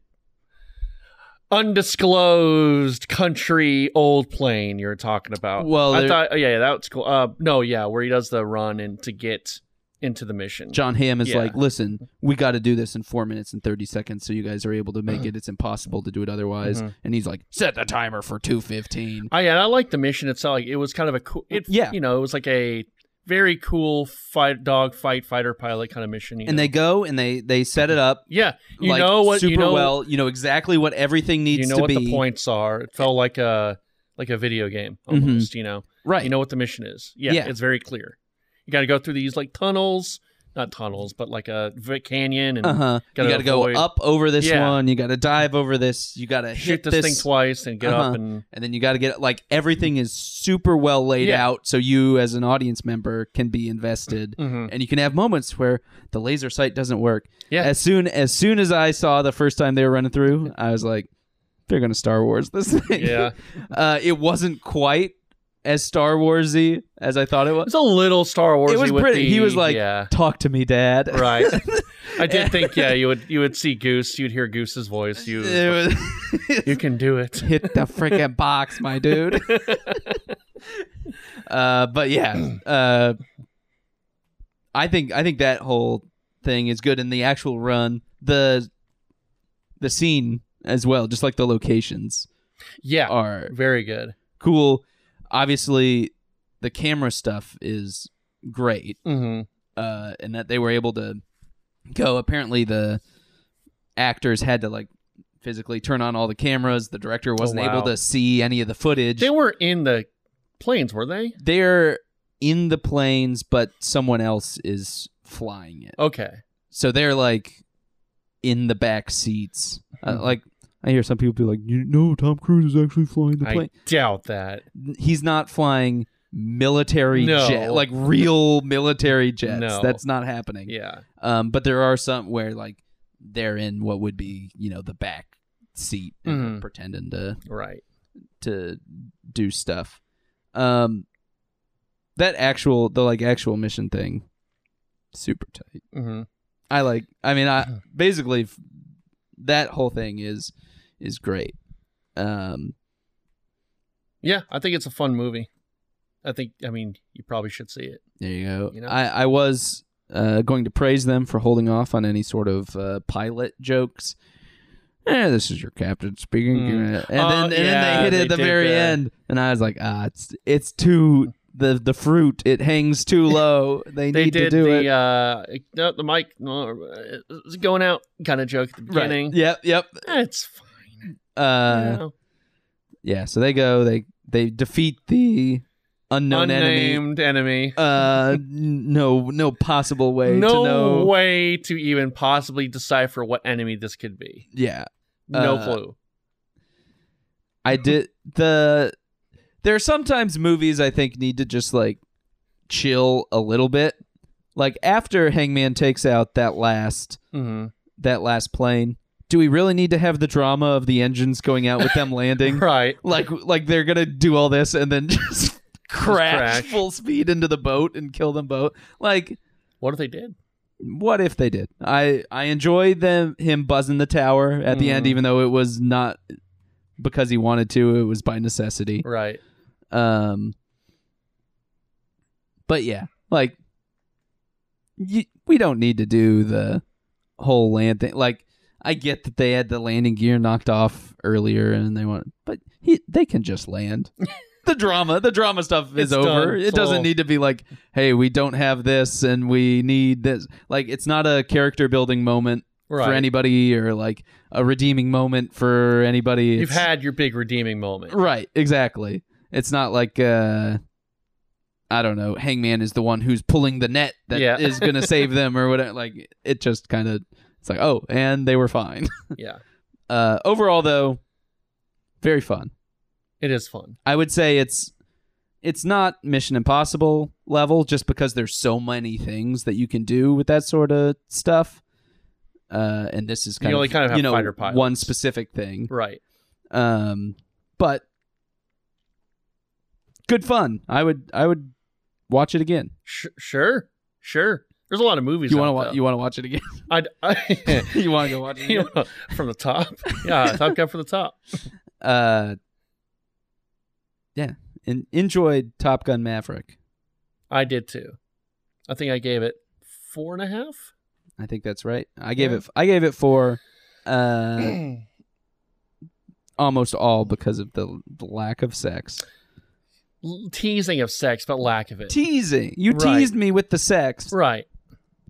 undisclosed country old plane you were talking about. Well, I there- thought, oh, yeah, yeah, that's cool. Uh, no, yeah, where he does the run and to get into the mission. John Hamm is Yeah. like, listen, we got to do this in four minutes and 30 seconds so you guys are able to make it. It's impossible to do it otherwise. Mhm. And he's like, set the timer for 215. I yeah, I like the mission. It's not like it was kind of a cool. It, Yeah. you know, it was like a very cool fight dog fight fighter pilot kind of mission. you And know? they go and they they set it up yeah, you like know what super you know well. You know exactly what everything needs you know to what be. the points are. It felt like a like a video game Mhm. almost. You know. right. You know what the mission is. Yeah, Yeah. it's very clear. You got to go through these like tunnels, not tunnels, but like a v- canyon and uh huh. You Gotta got to go avoid- up over this Yeah. one. You got to dive over this. You got to shoot hit this, thing twice and get Uh-huh. up and and then you got to get like everything is super well laid Yeah. out, so you as an audience member can be invested. and you can have moments where the laser sight doesn't work. Yeah. As soon as soon as I saw the first time they were running through, I was like, they're gonna Star Wars this thing. yeah, Uh, it wasn't quite as Star Warsy as I thought it was. it's a little Star Wars. It was pretty. He was like, yeah, "Talk to me, Dad." right. I did think, yeah, you would you would see Goose, you'd hear Goose's voice. You It was- you can do it. hit the freaking box, my dude. uh, but yeah, uh, I think I think that whole thing is good in the actual run. The the scene as well, just like the locations Yeah, are very good. cool. Obviously, the camera stuff is great, Mm-hmm. uh, and that they were able to go. Apparently, the actors had to like physically turn on all the cameras. The director wasn't wow. able to see any of the footage. They were in the planes, were they? they're in the planes, but someone else is flying it. Okay. So they're like in the back seats. Uh, Hmm. like I hear some people be like, "You know, Tom Cruise is actually flying the I plane. doubt that. He's not flying military No. jet, like real military jets. No. That's not happening. Yeah. Um, but there are some where like they're in what would be you know the back seat and they're Mhm. pretending to Right. to do stuff. Um, that actual the like actual mission thing, super tight. Mm-hmm. I like. I mean, I basically f- that whole thing is is great. Um, Yeah, I think it's a fun movie. I think I mean you probably should see it. there you go. You know? I I was uh, going to praise them for holding off on any sort of uh, pilot jokes. Eh, this is your captain speaking, Mm. and, then, Oh, and then yeah, they hit it at they the did very the- end, and I was like, ah, it's it's too the the fruit it hangs too low. They, They need did to do the it. uh no, the mic no, uh, it's going out kind of joke at the Right. beginning. Yep. Yep. Eh, It's fine. Uh, you know. yeah. So they go. They they defeat the unknown enemy. Unnamed enemy. Uh, n- no, no possible way no to know. way to even possibly decipher what enemy this could be. Yeah, No Uh, clue. I did the. There are sometimes movies I think need to just like chill a little bit. Like after Hangman takes out that last Mm-hmm. that last plane, do we really need to have the drama of the engines going out with them landing? Right. like like they're gonna do all this and then just crash, crash. full speed into the boat and kill them both. Like, What if they did? what if they did? I I enjoyed them him buzzing the tower at the end, Mm. even though it was not because he wanted to. It was by necessity. Right. Um, but yeah, like y- we don't need to do the whole land thing. Like I get that they had the landing gear knocked off earlier, and they want, but he, they can just land. the drama, the drama stuff is It's over. done. It It's doesn't all- need to be like, hey, we don't have this, and we need this. Like it's not a character building moment. Right. For anybody, or like a redeeming moment for anybody. You've It's- had your big redeeming moment. Right, exactly. It's not like uh I don't know, Hangman is the one who's pulling the net that Yeah. going to save them or whatever. Like it just kind of it's like, "Oh, and they were fine." Yeah. Uh overall though, very fun. It is fun. I would say it's it's not Mission Impossible level just because there's so many things that you can do with that sort of stuff. Uh, and this is You kind only of, kind of have you know fighter pilots. one Um, specific thing. Right. Um, but good fun. I would I would watch it again. Sh- sure, sure. There's a lot of movies. You want to watch? You want to watch it again? I'd, I, you want to go watch it? you Again? know, from the top. Yeah, Top Gun from the top. Uh, yeah, and enjoyed Top Gun Maverick. I did too. I think I gave it four and a half. I think that's right. I gave Yeah. it. I gave it four. Uh, almost all because of the, the lack of sex. L- Teasing of sex, but lack of it. Teasing. You Right. teased me with the sex, right.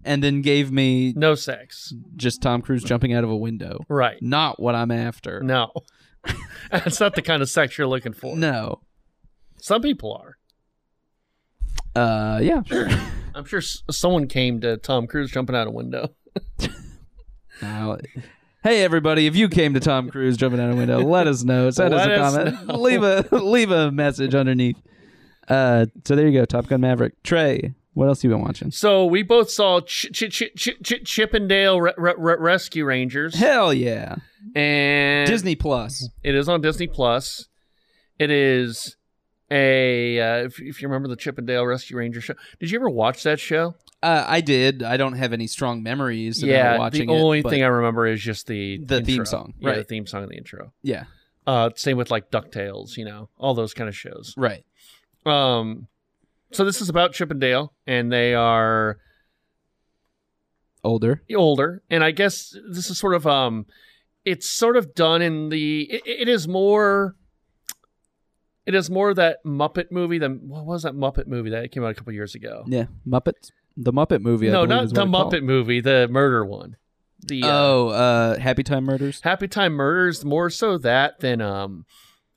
and then gave me No sex. just Tom Cruise jumping out of a window. Right. Not what I'm after. No. That's not the kind of sex you're looking for. No. Some people are. Uh, yeah. Sure. I'm sure s- someone came to Tom Cruise jumping out a window. Now, hey everybody, if you came to Tom Cruise jumping out a window, let us know. Send Let us us a comment. know. Leave a leave a message underneath. Uh, so there you go, Top Gun Maverick. Trey, what else you been watching? So we both saw Ch- Ch- Ch- Ch- Ch- Chippendale Re- Re- Re- Rescue Rangers. Hell yeah, and Disney Plus. It is on Disney Plus. It is a uh, if, if you remember the Chippendale Rescue Ranger show. Did you ever watch that show? Uh, I did. I don't have any strong memories. About watching the only it, but- thing I remember is just the The theme intro. song, Yeah, the right. theme song and the intro. yeah, Uh, same with like Ducktales, you know, all those kind of shows. right. Um, so this is about Chippendale, and they are Older. older and i guess this is sort of um it's sort of done in the it, it is more it is more that muppet movie than what was that muppet movie that came out a couple years ago Yeah, Muppets. The Muppet movie. I no believe not is the what it's muppet called. movie the murder one the uh, Oh, uh, Happy Time Murders. happy time murders more so that than um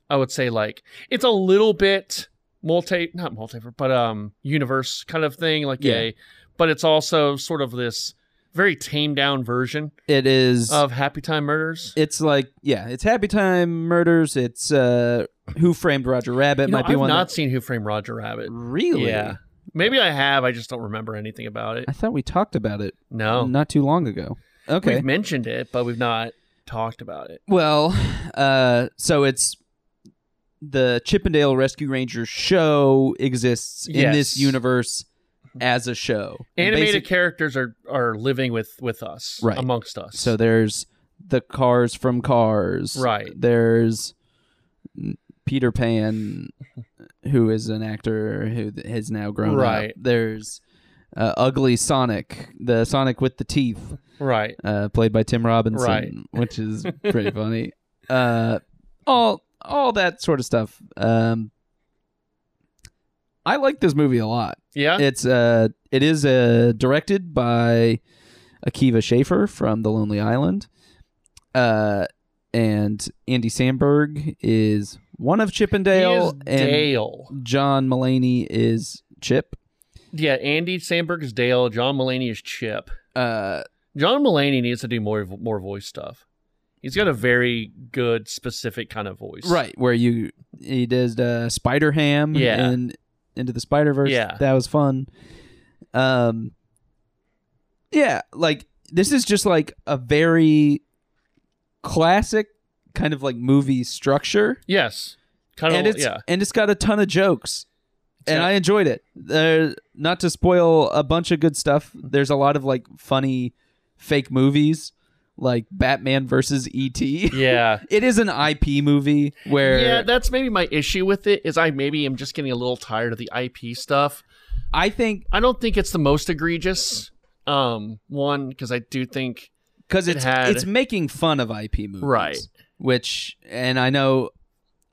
i would say like it's a little bit multi not multi but um universe kind of thing like Yeah. a but it's also sort of this very tamed down version It is. of happy time murders it's like yeah, it's Happy Time Murders. It's uh, Who Framed Roger Rabbit You know, might be I've one. not that- seen Who Framed Roger Rabbit. really? Yeah, maybe I have. I just don't remember anything about it. I thought we talked about it No, not too long ago. Mm, Okay. Oh. we've mentioned it, but we've not talked about it. Well, uh, so it's the Chippendale Rescue Rangers show exists in this Yes. universe as a show. And Animated basic- characters are are living with with us, Right. Amongst us. so there's the cars from Cars. Right. There's Peter Pan, who is an actor who th- has now grown Right. up. There's uh, Ugly Sonic, the Sonic with the teeth. right, uh, played by Tim Robinson, Right. which is pretty funny. Uh, all all that sort of stuff. Um, I like this movie a lot. yeah, It's uh, it is uh, directed by Akiva Schaffer from The Lonely Island, uh, and Andy Samberg is one of Chippendale, He is and Dale. John Mulaney is Chip. Yeah, Andy Sandberg is Dale. John Mulaney is Chip. Uh, John Mulaney needs to do more vo- more voice stuff. He's got a very good specific kind of voice. Right, where you he did uh, Spider Ham Yeah. and into the Spider Verse. Yeah. that was fun. Um, yeah, like this is just like a very classic kind of like movie structure, Yes. Kind and of. it's Yeah. and it's got a ton of jokes, and Yeah. I enjoyed it. There, not to spoil a bunch of good stuff. There's a lot of like funny fake movies, like Batman versus ET. Yeah. It is an IP movie where Yeah, that's maybe my issue with it is I maybe am just getting a little tired of the IP stuff. I think I don't think it's the most egregious um one because I do think because It it's had- it's making fun of IP movies, Right. Which, and I know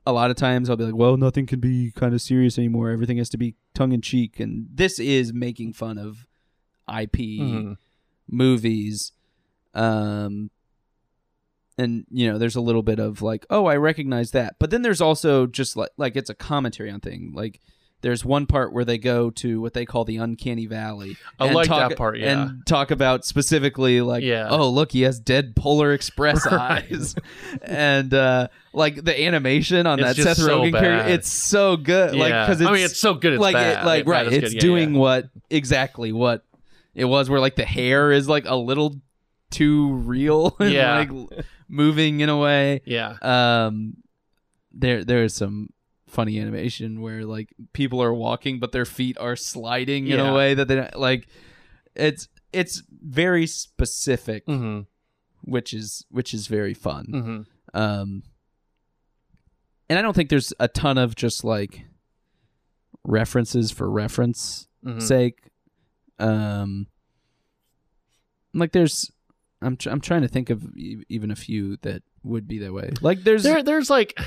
a lot of times I'll be like, well, nothing can be kind of serious anymore. Everything has to be tongue in cheek, and this is making fun of IP Mm-hmm. Mhm. movies. Um, and you know, there's a little bit of like, oh, I recognize that, but then there's also just like like it's a commentary on thing like. There's one part where they go to what they call the uncanny valley. I and like talk- that part, yeah. And talk about specifically like, Yeah. oh look, he has dead Polar Express Right. eyes, and uh, like the animation on It's that just Seth so Rogen character, bad. it's so good. Like yeah. 'cause it's, I mean it's so good it's like bad. It, like Yeah, right, bad is good, it's yeah, doing yeah. what exactly what it was, where like the hair is like a little too real, and, Yeah. like moving in a way. yeah. Um, there there is some funny animation where like people are walking but their feet are sliding in Yeah. a way that they don't like it's it's very specific Mm-hmm. which is which is very fun Mm-hmm. um and i don't think there's a ton of just like references for reference Mm. sake. Um, like there's, I'm tr- I'm trying to think of e- even a few that would be that way. Like there's There, there's like,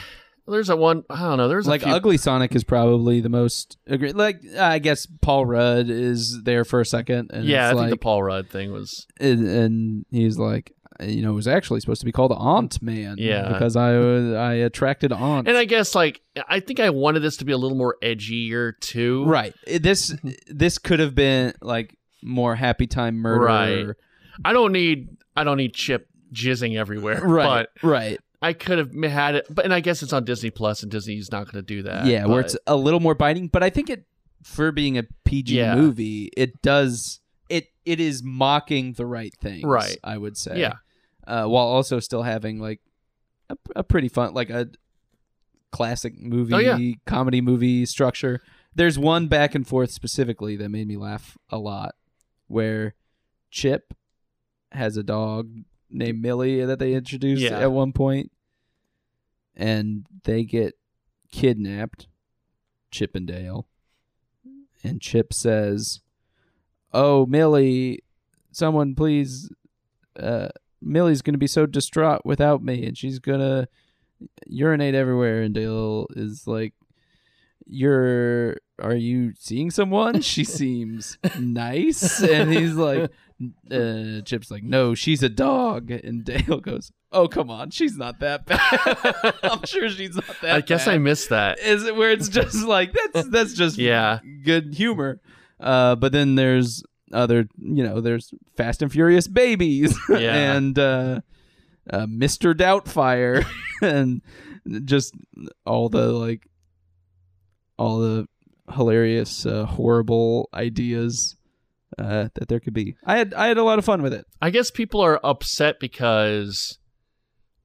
there's a one. I don't know. There's like a few, Ugly Sonic is probably the most agree. Like I guess Paul Rudd is there for a second, and Yeah, I it's think the like- Paul Rudd thing was. and, and he's like. You know, it was actually supposed to be called Aunt Man. Yeah. because I was I attracted Aunt. And I guess like I think I wanted this to be a little more edgier too. right, It- this this could have been like more Happy Time Murder. Right. I don't need I don't need Chip jizzing everywhere. right, But right. I could have had it. But and I guess it's on Disney Plus, and Disney's not going to do that. yeah, where but- it's a little more biting, but I think it for being a PG Yeah. movie, it does it it is mocking the right things, Right. I would say, yeah, uh, while also still having like a, a pretty fun, like a classic movie Oh, yeah. comedy movie structure. There's one back and forth specifically that made me laugh a lot, where Chip has a dog named Millie that they introduced Yeah. at one point, and they get kidnapped, Chip and Dale, and Chip says, "Oh, Millie, someone please, uh, Millie's gonna be so distraught without me, and she's gonna urinate everywhere." And Dale is like, "You're." Are you seeing someone? She seems nice. And he's like, uh, Chip's like, no, she's a dog. And Dale goes, oh, come on. She's not that bad. I'm sure she's not that I guess I bad. missed that. Is it where it's just like, that's, that's just Yeah. good humor. Uh, but then there's other, you know, there's Fast and Furious Babies Yeah. and uh, uh, Mr. Doubtfire and just all the like, all the hilarious, uh, horrible ideas uh, that there could be. I had I had a lot of fun with it. I guess people are upset because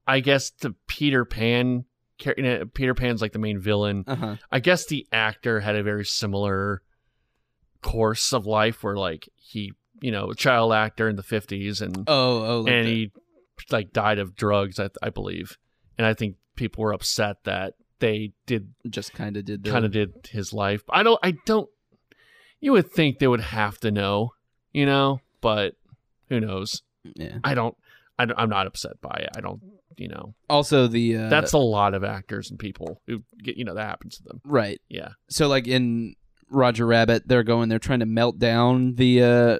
I guess the Peter Pan. char- you know, Peter Pan's like the main villain. Uh-huh. I guess the actor had a very similar course of life where like he, you know, child actor in the 50s and Oh, oh, and he like died of drugs, I, I believe. And I think people were upset that they did just kind of did the kind of did his life. I don't I don't you would think they would have to know, you know, but who knows. yeah. I don't I don't, I'm not upset by it. I don't, you know. Also, the uh, That's a lot of actors and people who get, you know, that happens to them. right. Yeah. so like in Roger Rabbit, they're going, they're trying to melt down the uh,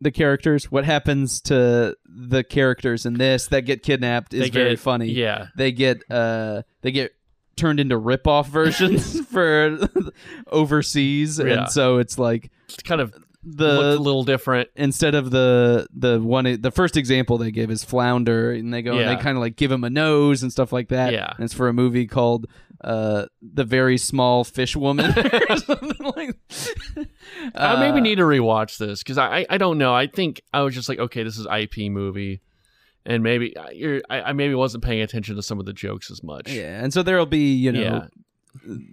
the characters. What happens to the characters in this that get kidnapped is They very get- funny. Yeah. They get uh, they get turned into rip-off versions for overseas, Yeah. and so it's like It's kind of looked a the little different. instead of the the one the first example they give is flounder and they go Yeah. and they kind of like give him a nose and stuff like that Yeah. and it's for a movie called uh the very small fish woman or something like I Uh, maybe need to rewatch this because I, I I don't know. I think I was just like, okay, this is IP movie, and maybe I, you're, I, I maybe wasn't paying attention to some of the jokes as much. yeah and so there'll be you know Yeah.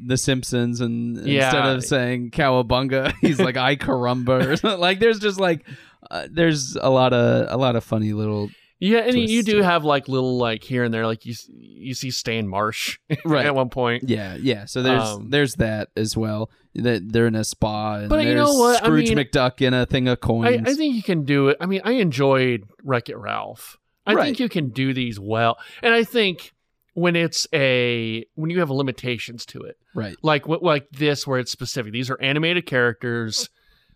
the simpsons and Yeah. instead of saying cowabunga he's like i carumba or something like there's just like uh, there's a lot of a lot of funny little Yeah, and you- you Twists do and- have like little like here and there, like you s- you see Stan Marsh right at one point. Yeah, yeah. So there's Um, there's that as well. That they're in a spa, and But there's you know what? I Scrooge mean- McDuck in a thing of I, coins. I think you can do it. I mean, I enjoyed Wreck It Ralph. I Right. think you can do these well, and I think when it's a when you have limitations to it, right, like what like this where it's specific these are animated characters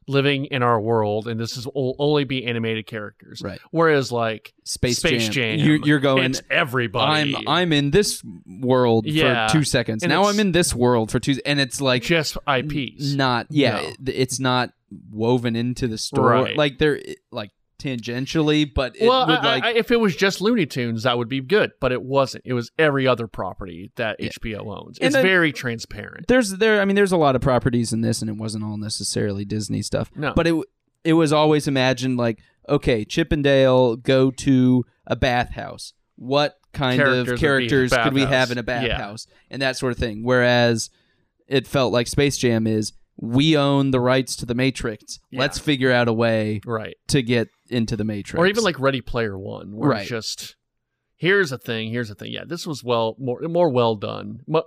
living in our world and this is will only be animated characters right. whereas like Space, Space Jam. You're, you're going. it's everybody I'm I'm in this world Yeah. for two seconds. And now it's- I'm in this world for two, and it's like just ips not. Yeah, No. it- it's not woven into the story. Right. Like they're like tangentially, but it well would I- like I, if it was just looney tunes that would be good but it wasn't it was every other property that Yeah. hbo owns And it's then- very transparent there's there. I mean, there's a lot of properties in this, and it wasn't all necessarily Disney stuff. no but it w- it was always imagined like okay chippendale go to a bathhouse what kind Characters would of be characters could we bathhouse. have in a Yeah. bathhouse and that sort of thing whereas it felt like Space Jam is we own the rights to the Matrix. Yeah. Let's figure out a way right. to get into the Matrix. or even like Ready Player One, where Right. it's just here's a thing, here's a thing. Yeah, this was well more more well done. Mo-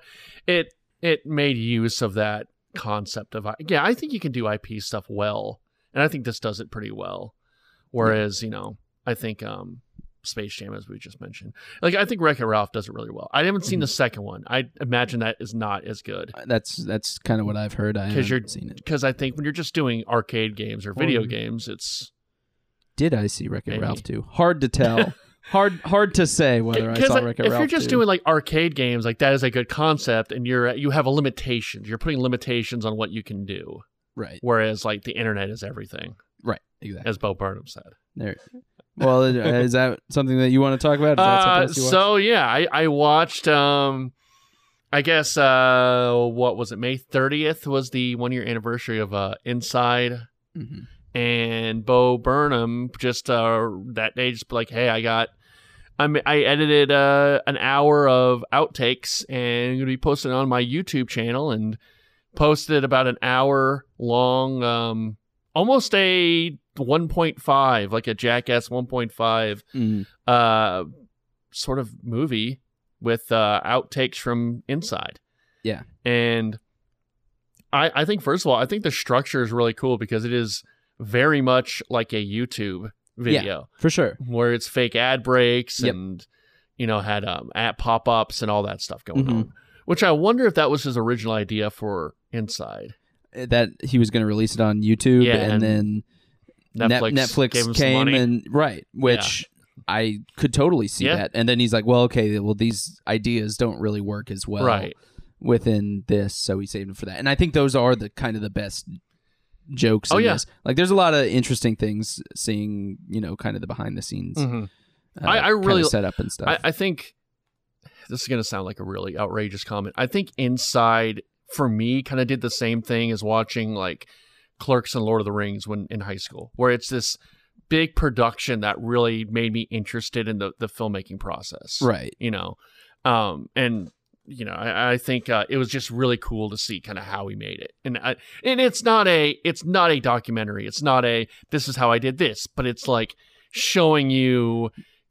It it made use of that concept of I- yeah. I think you can do IP stuff well, and I think this does it pretty well. Whereas you know, I think um Space Jam, as we just mentioned, like I think Wreck It Ralph does it really well. I haven't seen the second one. I imagine that is not as good that's that's kind of what I've heard. I 'Cause haven't you're- seen it. because I think when you're just doing arcade games or video Or- games, it's Did I see Wreck It Maybe. Ralph too? Hard to tell. hard hard to say whether I Because, saw like, Wreck It if Ralph. you're just 2. doing like arcade games, like that is a good concept, and you're you have a limitation. You're putting limitations on what you can do. right, Whereas like the internet is everything, right, exactly. as Bo Burnham said. There. Well, is that something that you want to talk about? Is that Uh, something else you watched? so yeah, I I watched. Um, I guess uh, what was it? May 30th was the one year anniversary of uh, Inside. Mhm. and Bo Burnham just uh, that day just be like, hey, I got, I am I edited uh, an hour of outtakes and I'm gonna be posting it on my YouTube channel and posted about an hour long, um, almost a 1.5, like a Jackass 1.5 Mm. uh, sort of movie with uh, outtakes from inside. Yeah. And I, I think, first of all, I think the structure is really cool because it is very much like a YouTube video For sure. where it's fake ad breaks Yep. and, you know, had um, ad pop ups and all that stuff going Mhm. on, which I wonder if that was his original idea for Inside. That he was going to release it on YouTube, Yeah, and, and then Net- Netflix, Netflix gave him some came money. and right, which I could totally see Yeah. that. And then he's like, "Well, okay, well these ideas don't really work as well right. within this, so he saved it for that." And I think those are the kind of the best jokes. Oh, in yeah. this. like there's a lot of interesting things seeing, you know, kind of the behind the scenes. Mhm. Uh, I- I kind of really- setup and stuff. I, I think this is going to sound like a really outrageous comment. I think Inside for me kind of did the same thing as watching like Clerks and Lord of the Rings when in high school, where it's this big production that really made me interested in the the filmmaking process. right. You know, um, and you know, I, I think uh, it was just really cool to see kind of how he made it, and I, and it's not a it's not a documentary. It's not a this is how I did this, but it's like showing you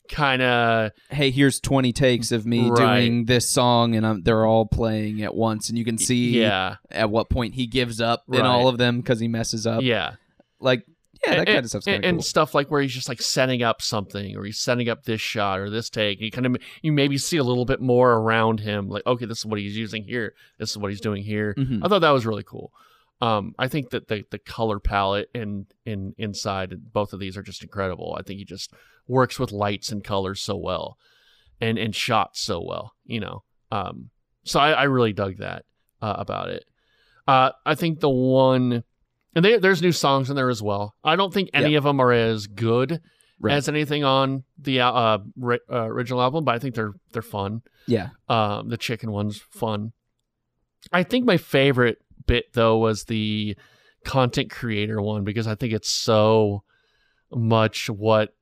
kind of hey, here's 20 takes of me Right. doing this song, and I'm, they're all playing at once, and you can see yeah at what point he gives up in Right. all of them because he messes up. yeah Like, yeah, that And- kind of stuff's and, kind of cool. and stuff like where he's just like setting up something or he's setting up this shot or this take you kind of you maybe see a little bit more around him like okay this is what he's using here this is what he's doing here Mhm. i thought that was really cool um, I think that the, the color palette and in inside both of these are just incredible. I think he just works with lights and colors so well, and and shots so well. You know, um, so I, I really dug that uh, about it. Uh, I think the one, and they, there's new songs in there as well. I don't think any of them are as good Right. as anything on the uh, uh, ri- uh, original album, but I think they're they're fun. Yeah. Um, the chicken one's fun. I think my favorite bit though was the content creator one because I think it's so much what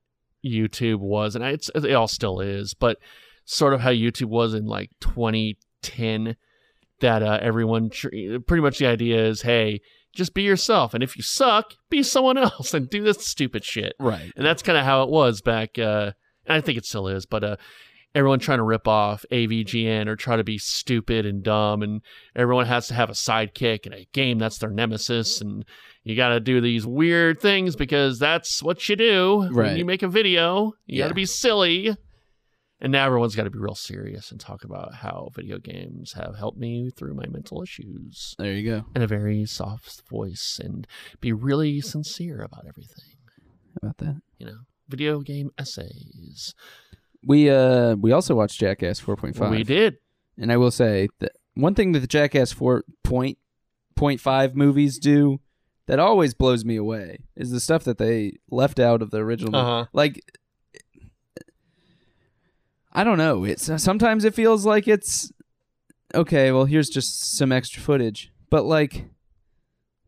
YouTube was, and it's it all still is, but sort of how YouTube was in like 2010. That uh, everyone tr- pretty much the idea is, hey, just be yourself, and if you suck, be someone else and do this stupid shit Right. and that's kind of how it was back uh and i think it still is but uh everyone trying to rip off avgn or try to be stupid and dumb and everyone has to have a sidekick in a game that's their nemesis and you got to do these weird things because that's what you do when Right. you make a video you got Yeah. to be silly and now everyone's got to be real serious and talk about how video games have helped me through my mental issues There you go. in a very soft voice and be really sincere about everything How about that? you know, video game essays. We uh we also watched Jackass 4.5. We did. And I will say that one thing that the Jackass 4.5 movies do that always blows me away is the stuff that they left out of the original movie. Uh-huh. like i don't know it's sometimes it feels like it's okay well here's just some extra footage but like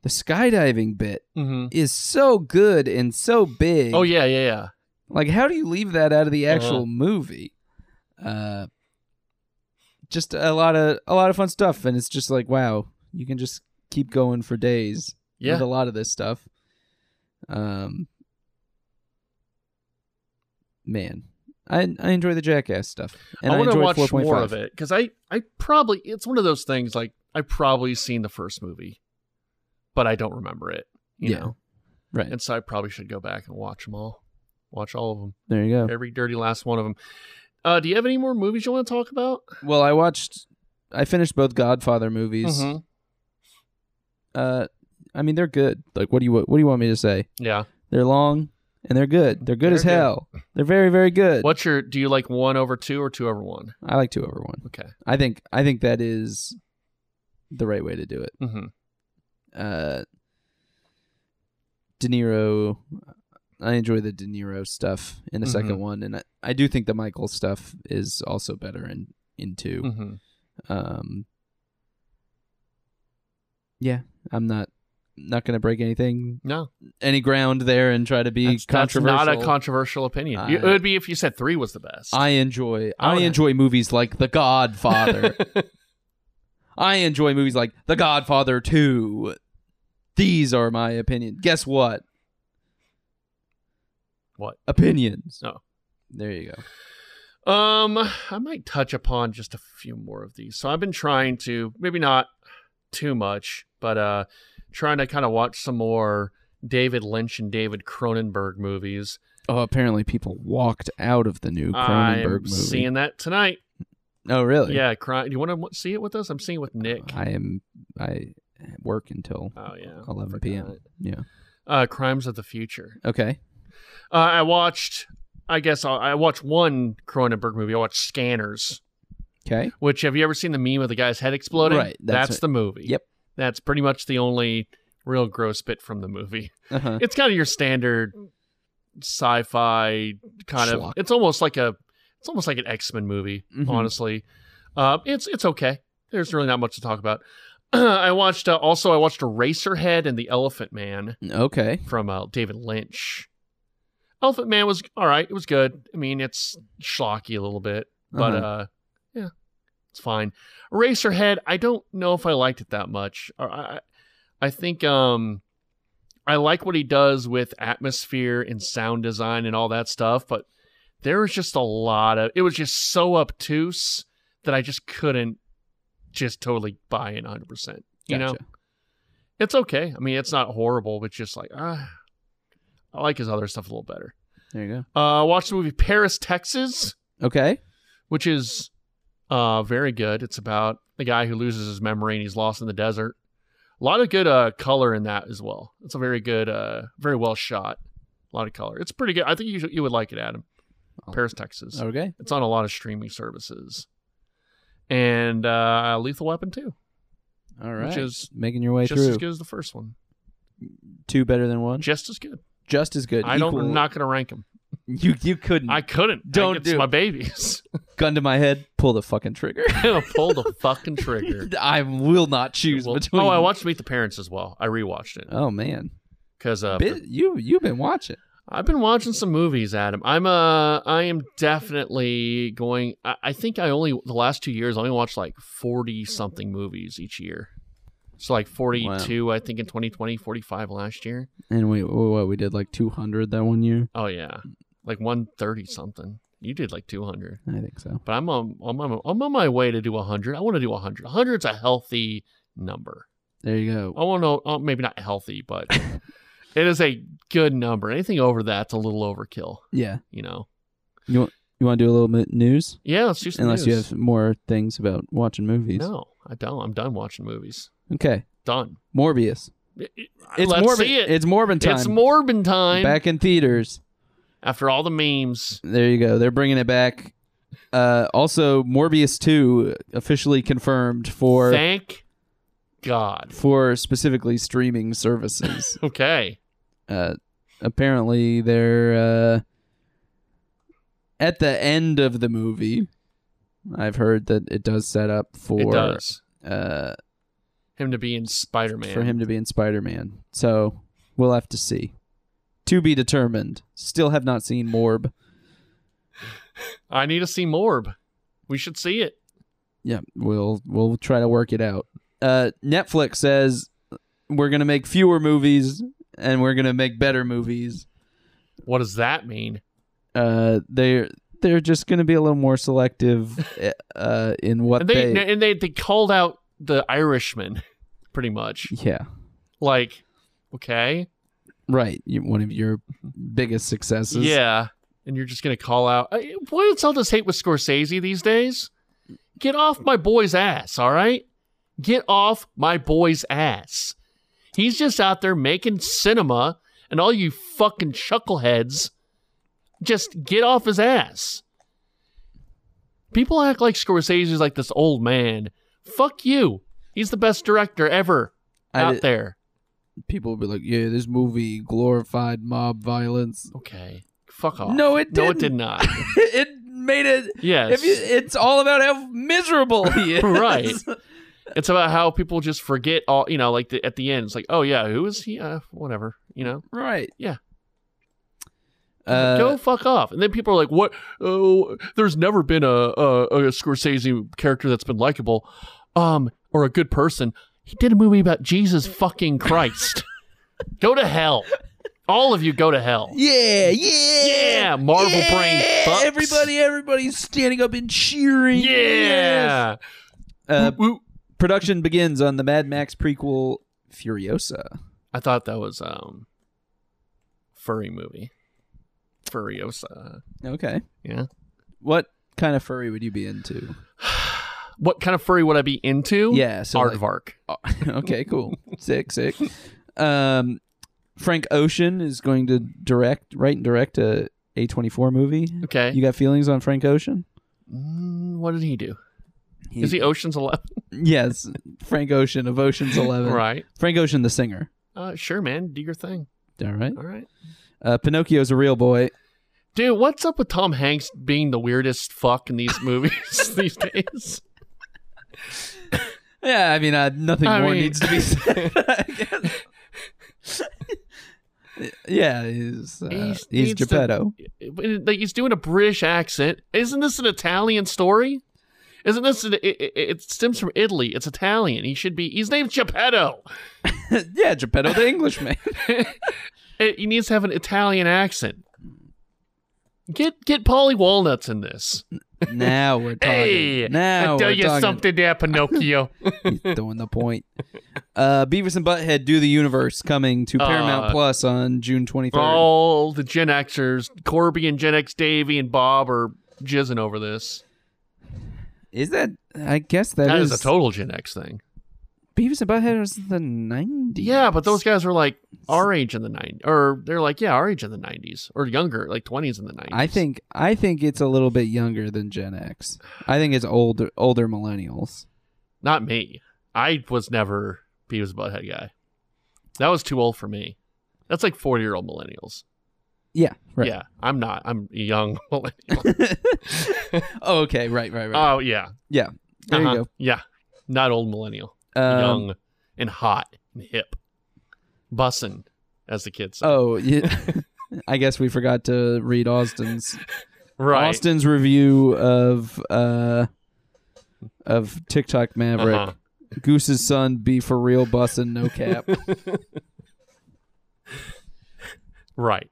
the skydiving bit Mm-hmm. is so good and so big Oh yeah, yeah, yeah. like how do you leave that out of the actual Uh-huh. movie uh just a lot of a lot of fun stuff and it's just like wow you can just keep going for days Yeah. with a lot of this stuff. Um, man, I I enjoy the Jackass stuff, and I, I want to enjoy watch 4.5. more of it because I, I probably it's one of those things like I probably seen the first movie, but I don't remember it. You Yeah. know, Right and so I probably should go back and watch them all, watch all of them, there, you go. every dirty last one of them. Uh, do you have any more movies you want to talk about? Well, I watched, I finished both Godfather movies. Mhm. Uh, I mean they're good. Like, what do you what do you want me to say? Yeah. They're long and they're good. They're good They're as good. hell. They're very very good. What's your? Do you like one over two or two over one? I like two over one. Okay. I think I think that is the right way to do it. Mm-hmm. Uh, De Niro, I enjoy the De Niro stuff in the Mhm. second one, and I, I do think the Michael stuff is also better in in 2 Mm-hmm. Um, yeah, I'm not not gonna break anything No, any ground there and try to be that's, that's controversial. not a controversial opinion. You- it I- would be if you said three was the best. I enjoy I I, would- enjoy movies like The Godfather. I enjoy movies like The Godfather 2. These are my opinion. Guess what? What? Opinions. Oh. There you go. Um, I might touch upon just a few more of these. So I've been trying to, maybe not too much, but uh, trying to kind of watch some more David Lynch and David Cronenberg movies. Oh, apparently people walked out of the new Cronenberg I'm movie. seeing that tonight. oh, really? Yeah, Cron- do you want to see it with us? I'm seeing it with Nick. I am I work until Oh yeah, 11 Forgot p.m. it. Yeah. Uh, Crimes of the Future. Okay. Uh, I watched. I guess uh, I, I watched one Cronenberg movie. I watched Scanners. Okay. Which have you ever seen the meme of the guy's head exploding? Right, That's, that's the movie. Yep. That's pretty much the only real gross bit from the movie. Uh-huh. It's kind of your standard sci-fi kind of. Schlock. It's almost like a. It's almost like an X Men movie. Mhm. Honestly, uh, it's it's okay. There's really not much to talk about. I watched uh, also I watched Eraserhead and the Elephant Man Okay. from uh, David Lynch. Elephant Man was all right. It was good. I mean, it's schlocky a little bit but Uh-huh. uh yeah it's fine racerhead i don't know if i liked it that much Or i I- i think um i like what he does with atmosphere and sound design and all that stuff but there was just a lot of it was just so obtuse that i just couldn't just totally buy in 100% you know Gotcha. it's okay i mean it's not horrible but just like ah i like his other stuff a little better There you uh watch the movie paris texas go. Okay. which is uh, very good. It's about the guy who loses his memory and he's lost in the desert. A lot of good uh, color in that as well. It's a very good, uh, very well shot. A lot of color. It's pretty good. I think you, you would like it, Adam. I'll- Paris, Texas. Okay. It's on a lot of streaming services. And uh, Lethal Weapon 2, All right. which is making your way just as through. good as the first one. Two better than one. Just as good. Just as good. I don't, Equal- I'm not going to rank them. You you couldn't. I couldn't. Don't It's do my it. babies. gun to my head, pull the fucking trigger. Pull the fucking trigger. I will not choose Well- between. Oh, I watched Meet the Parents as well. I rewatched it Oh man, because uh, Bit, you you've been watching. I've been watching some movies, Adam. I'm uh, I am definitely going. I, I think I only the last two years I only watched like forty something movies each year. So like forty two, I think in 2020, 45 last year. And we what we did like two hundred that one year. Oh yeah, like one thirty something. You did like two hundred, I think so. but I'm on I'm on, I'm on my way to do hundred. I want to do hundred. Hundred's a healthy number. There you go. I want to oh, maybe not healthy, but it is a good number. Anything over that's a little overkill. Yeah. You know. You want to do a little bit news? Yeah, let's do some Unless you news. have more things about watching movies. No, I don't. I'm done watching movies. Okay. Done. Morbius. It- it- It's Let's Morbin. see it. It's Morbin time. It's Morbin time. Back in theaters. After all the memes, There you go. They're bringing it back. Uh, also, Morbius two officially confirmed for thank God. for specifically streaming services. Okay. uh, apparently they're uh, at the end of the movie. I've heard that it does set up for it does. Uh, Him to be in Spider Man. for him to be in Spider Man. So we'll have to see. To be determined. Still have not seen Morb. I need to see Morb. We should see it. Yeah, we'll we'll try to work it out. uh, Netflix says we're gonna make fewer movies and we're gonna make better movies. What does that mean? Uh, they're they're just gonna be a little more selective uh, in what And they, they, and they they called out the Irishman, pretty much. yeah Like, okay, right You- one of your biggest successes yeah, and you're just gonna call out. I- What's all this hate with Scorsese these days? Get off my boy's ass, all right? Get off my boy's ass. He's just out there making cinema, and all you fucking chuckleheads, just get off his ass. People act like Scorsese's like this old man. Fuck you. He's the best director ever I out di- there. people will be like yeah this movie glorified mob violence Okay. Fuck off. No, it Oh, No, it didn't. did not. it made it Yes. if you, it's all about how miserable he is Right. it's about how people just forget all, you know, like the, at the end, it's like, oh, yeah, who is he? Uh, whatever, you know? right Yeah. uh, Go fuck off. And then people are like, what? Oh, there's never been a, a, a Scorsese character that's been likable um, or a good person. He did a movie about Jesus fucking Christ. go to hell. All of you go to hell. yeah yeah Yeah, Marvel yeah, brain fucks. everybody everybody's standing up and cheering yes. Yeah. uh, Woo, woo. production begins on the mad max prequel furiosa I thought that was um furry movie. Furiosa. okay uh, Yeah. what kind of furry would you be into What kind of furry would I be into? yeah so like- Aardvark. okay, cool. sick, sick. Um, Frank Ocean is going to direct, write and direct a A24 movie. Okay. You got feelings on Frank Ocean? Mm, what did he do? Is he Ocean's Eleven? Yes, Frank Ocean of Ocean's Eleven. right. Frank Ocean, the singer. Uh, sure, man. Do your thing. All right. All right. Uh, Pinocchio's a real boy. Dude, what's up with Tom Hanks being the weirdest fuck in these movies these days? Yeah, I mean, uh, nothing I more mean- needs to be said. I guess. yeah, he's uh, He's- he's, needs to- Geppetto. Like he's doing a British accent. Isn't this an Italian story? Isn't this? An, it, it, it stems from Italy. It's Italian. He should be. His name's Geppetto. yeah, Geppetto the Englishman. It, he needs to have an Italian accent. Get get Polly Walnuts in this. now we're talking. Hey, now I tell we're you talking. something, there, Pinocchio. He's throwing the point. Uh, Beavis and Butthead Do the Universe coming to Paramount Uh, oh. Plus on June 23rd. All the Gen Xers, Corby and Gen X Davy and Bob are jizzing over this. Is that? I guess that is, is a total Gen X thing. Beavis and Butthead was the 90s. Yeah, but those guys were like our age in the 90s. Or they're like, yeah, our age in the 90s. Or younger, like 20s in the 90s. I think I think it's a little bit younger than Gen X. I think it's older older millennials. Not me. I was never Beavis and Butthead guy. That was too old for me. That's like 40 year old millennials. Yeah, right. Yeah, I'm not. I'm a young millennial. oh, okay, right, right, right. Oh, yeah. yeah, there Uh-huh. you Yeah. Not old millennial. go. Um, Uh, young and hot and hip. Bussin', as the kids say. Oh, yeah. I guess we forgot to read Austin's right. Austin's review of uh of TikTok Maverick. Uh-huh. Goose's son be for real bussin' no cap. Right.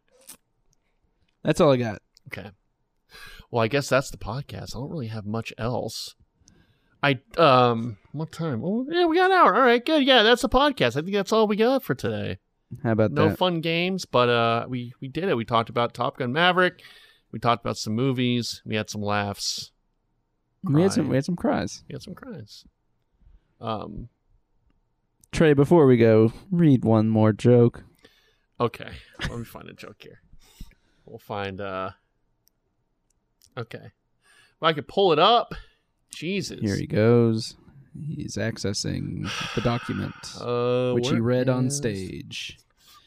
That's all I got. Okay. Well, I guess that's the podcast. I don't really have much else. I um what time? Oh yeah, we got an hour. All right, good. Yeah, that's the podcast. I think that's all we got for today. How about No that? fun games, but uh we we did it. We talked about Top Gun Maverick. We talked about some movies. We had some laughs. We had cries. some we had some cries. We had some cries. Um Trey, before we go, read one more joke. okay. Let me find a joke here. We'll find uh Okay. If I could pull it up. Jesus. Here he goes. He's accessing the document Uh, which he where read on is stage.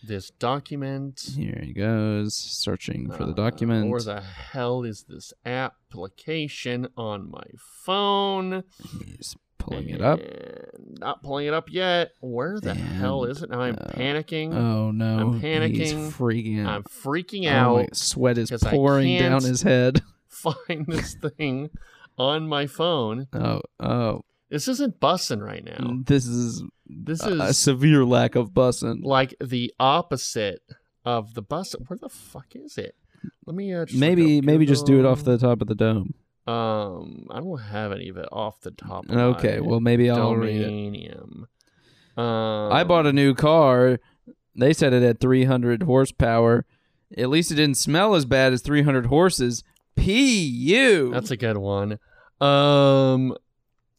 This document. Here he goes, searching for the Uh, document. where the hell is this application on my phone? He's pulling it up. And Not pulling it up yet. Where the hell is it? Now I'm And, uh, panicking. Oh no. He's panicking. freaking I'm out. freaking Oh, my- out. sweat is 'cause I pouring down can't- his head. Find this thing on my phone. Oh, oh. This isn't bussing right now. This is This a- a is severe lack of bussing. like the opposite of the bus. Where the fuck is it? Let me uh, just look Maybe up maybe just do it off Google. the top of the dome. Um, I don't have any of it off the top. Of Okay, my well maybe I'll read it. Dominium. Um, I bought a new car. They said it had 300 horsepower. At least it didn't smell as bad as 300 horses. Pu. That's a good one. Um,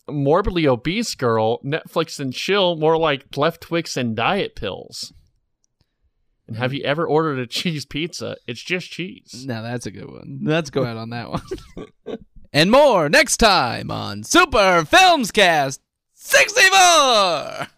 morbidly obese girl, Netflix and chill, more like Pleftwix and diet pills. And Hmm. have you ever ordered a cheese pizza? It's just cheese. now that's a good one. Let's go out on that one. and more next time on Super Films Cast 64.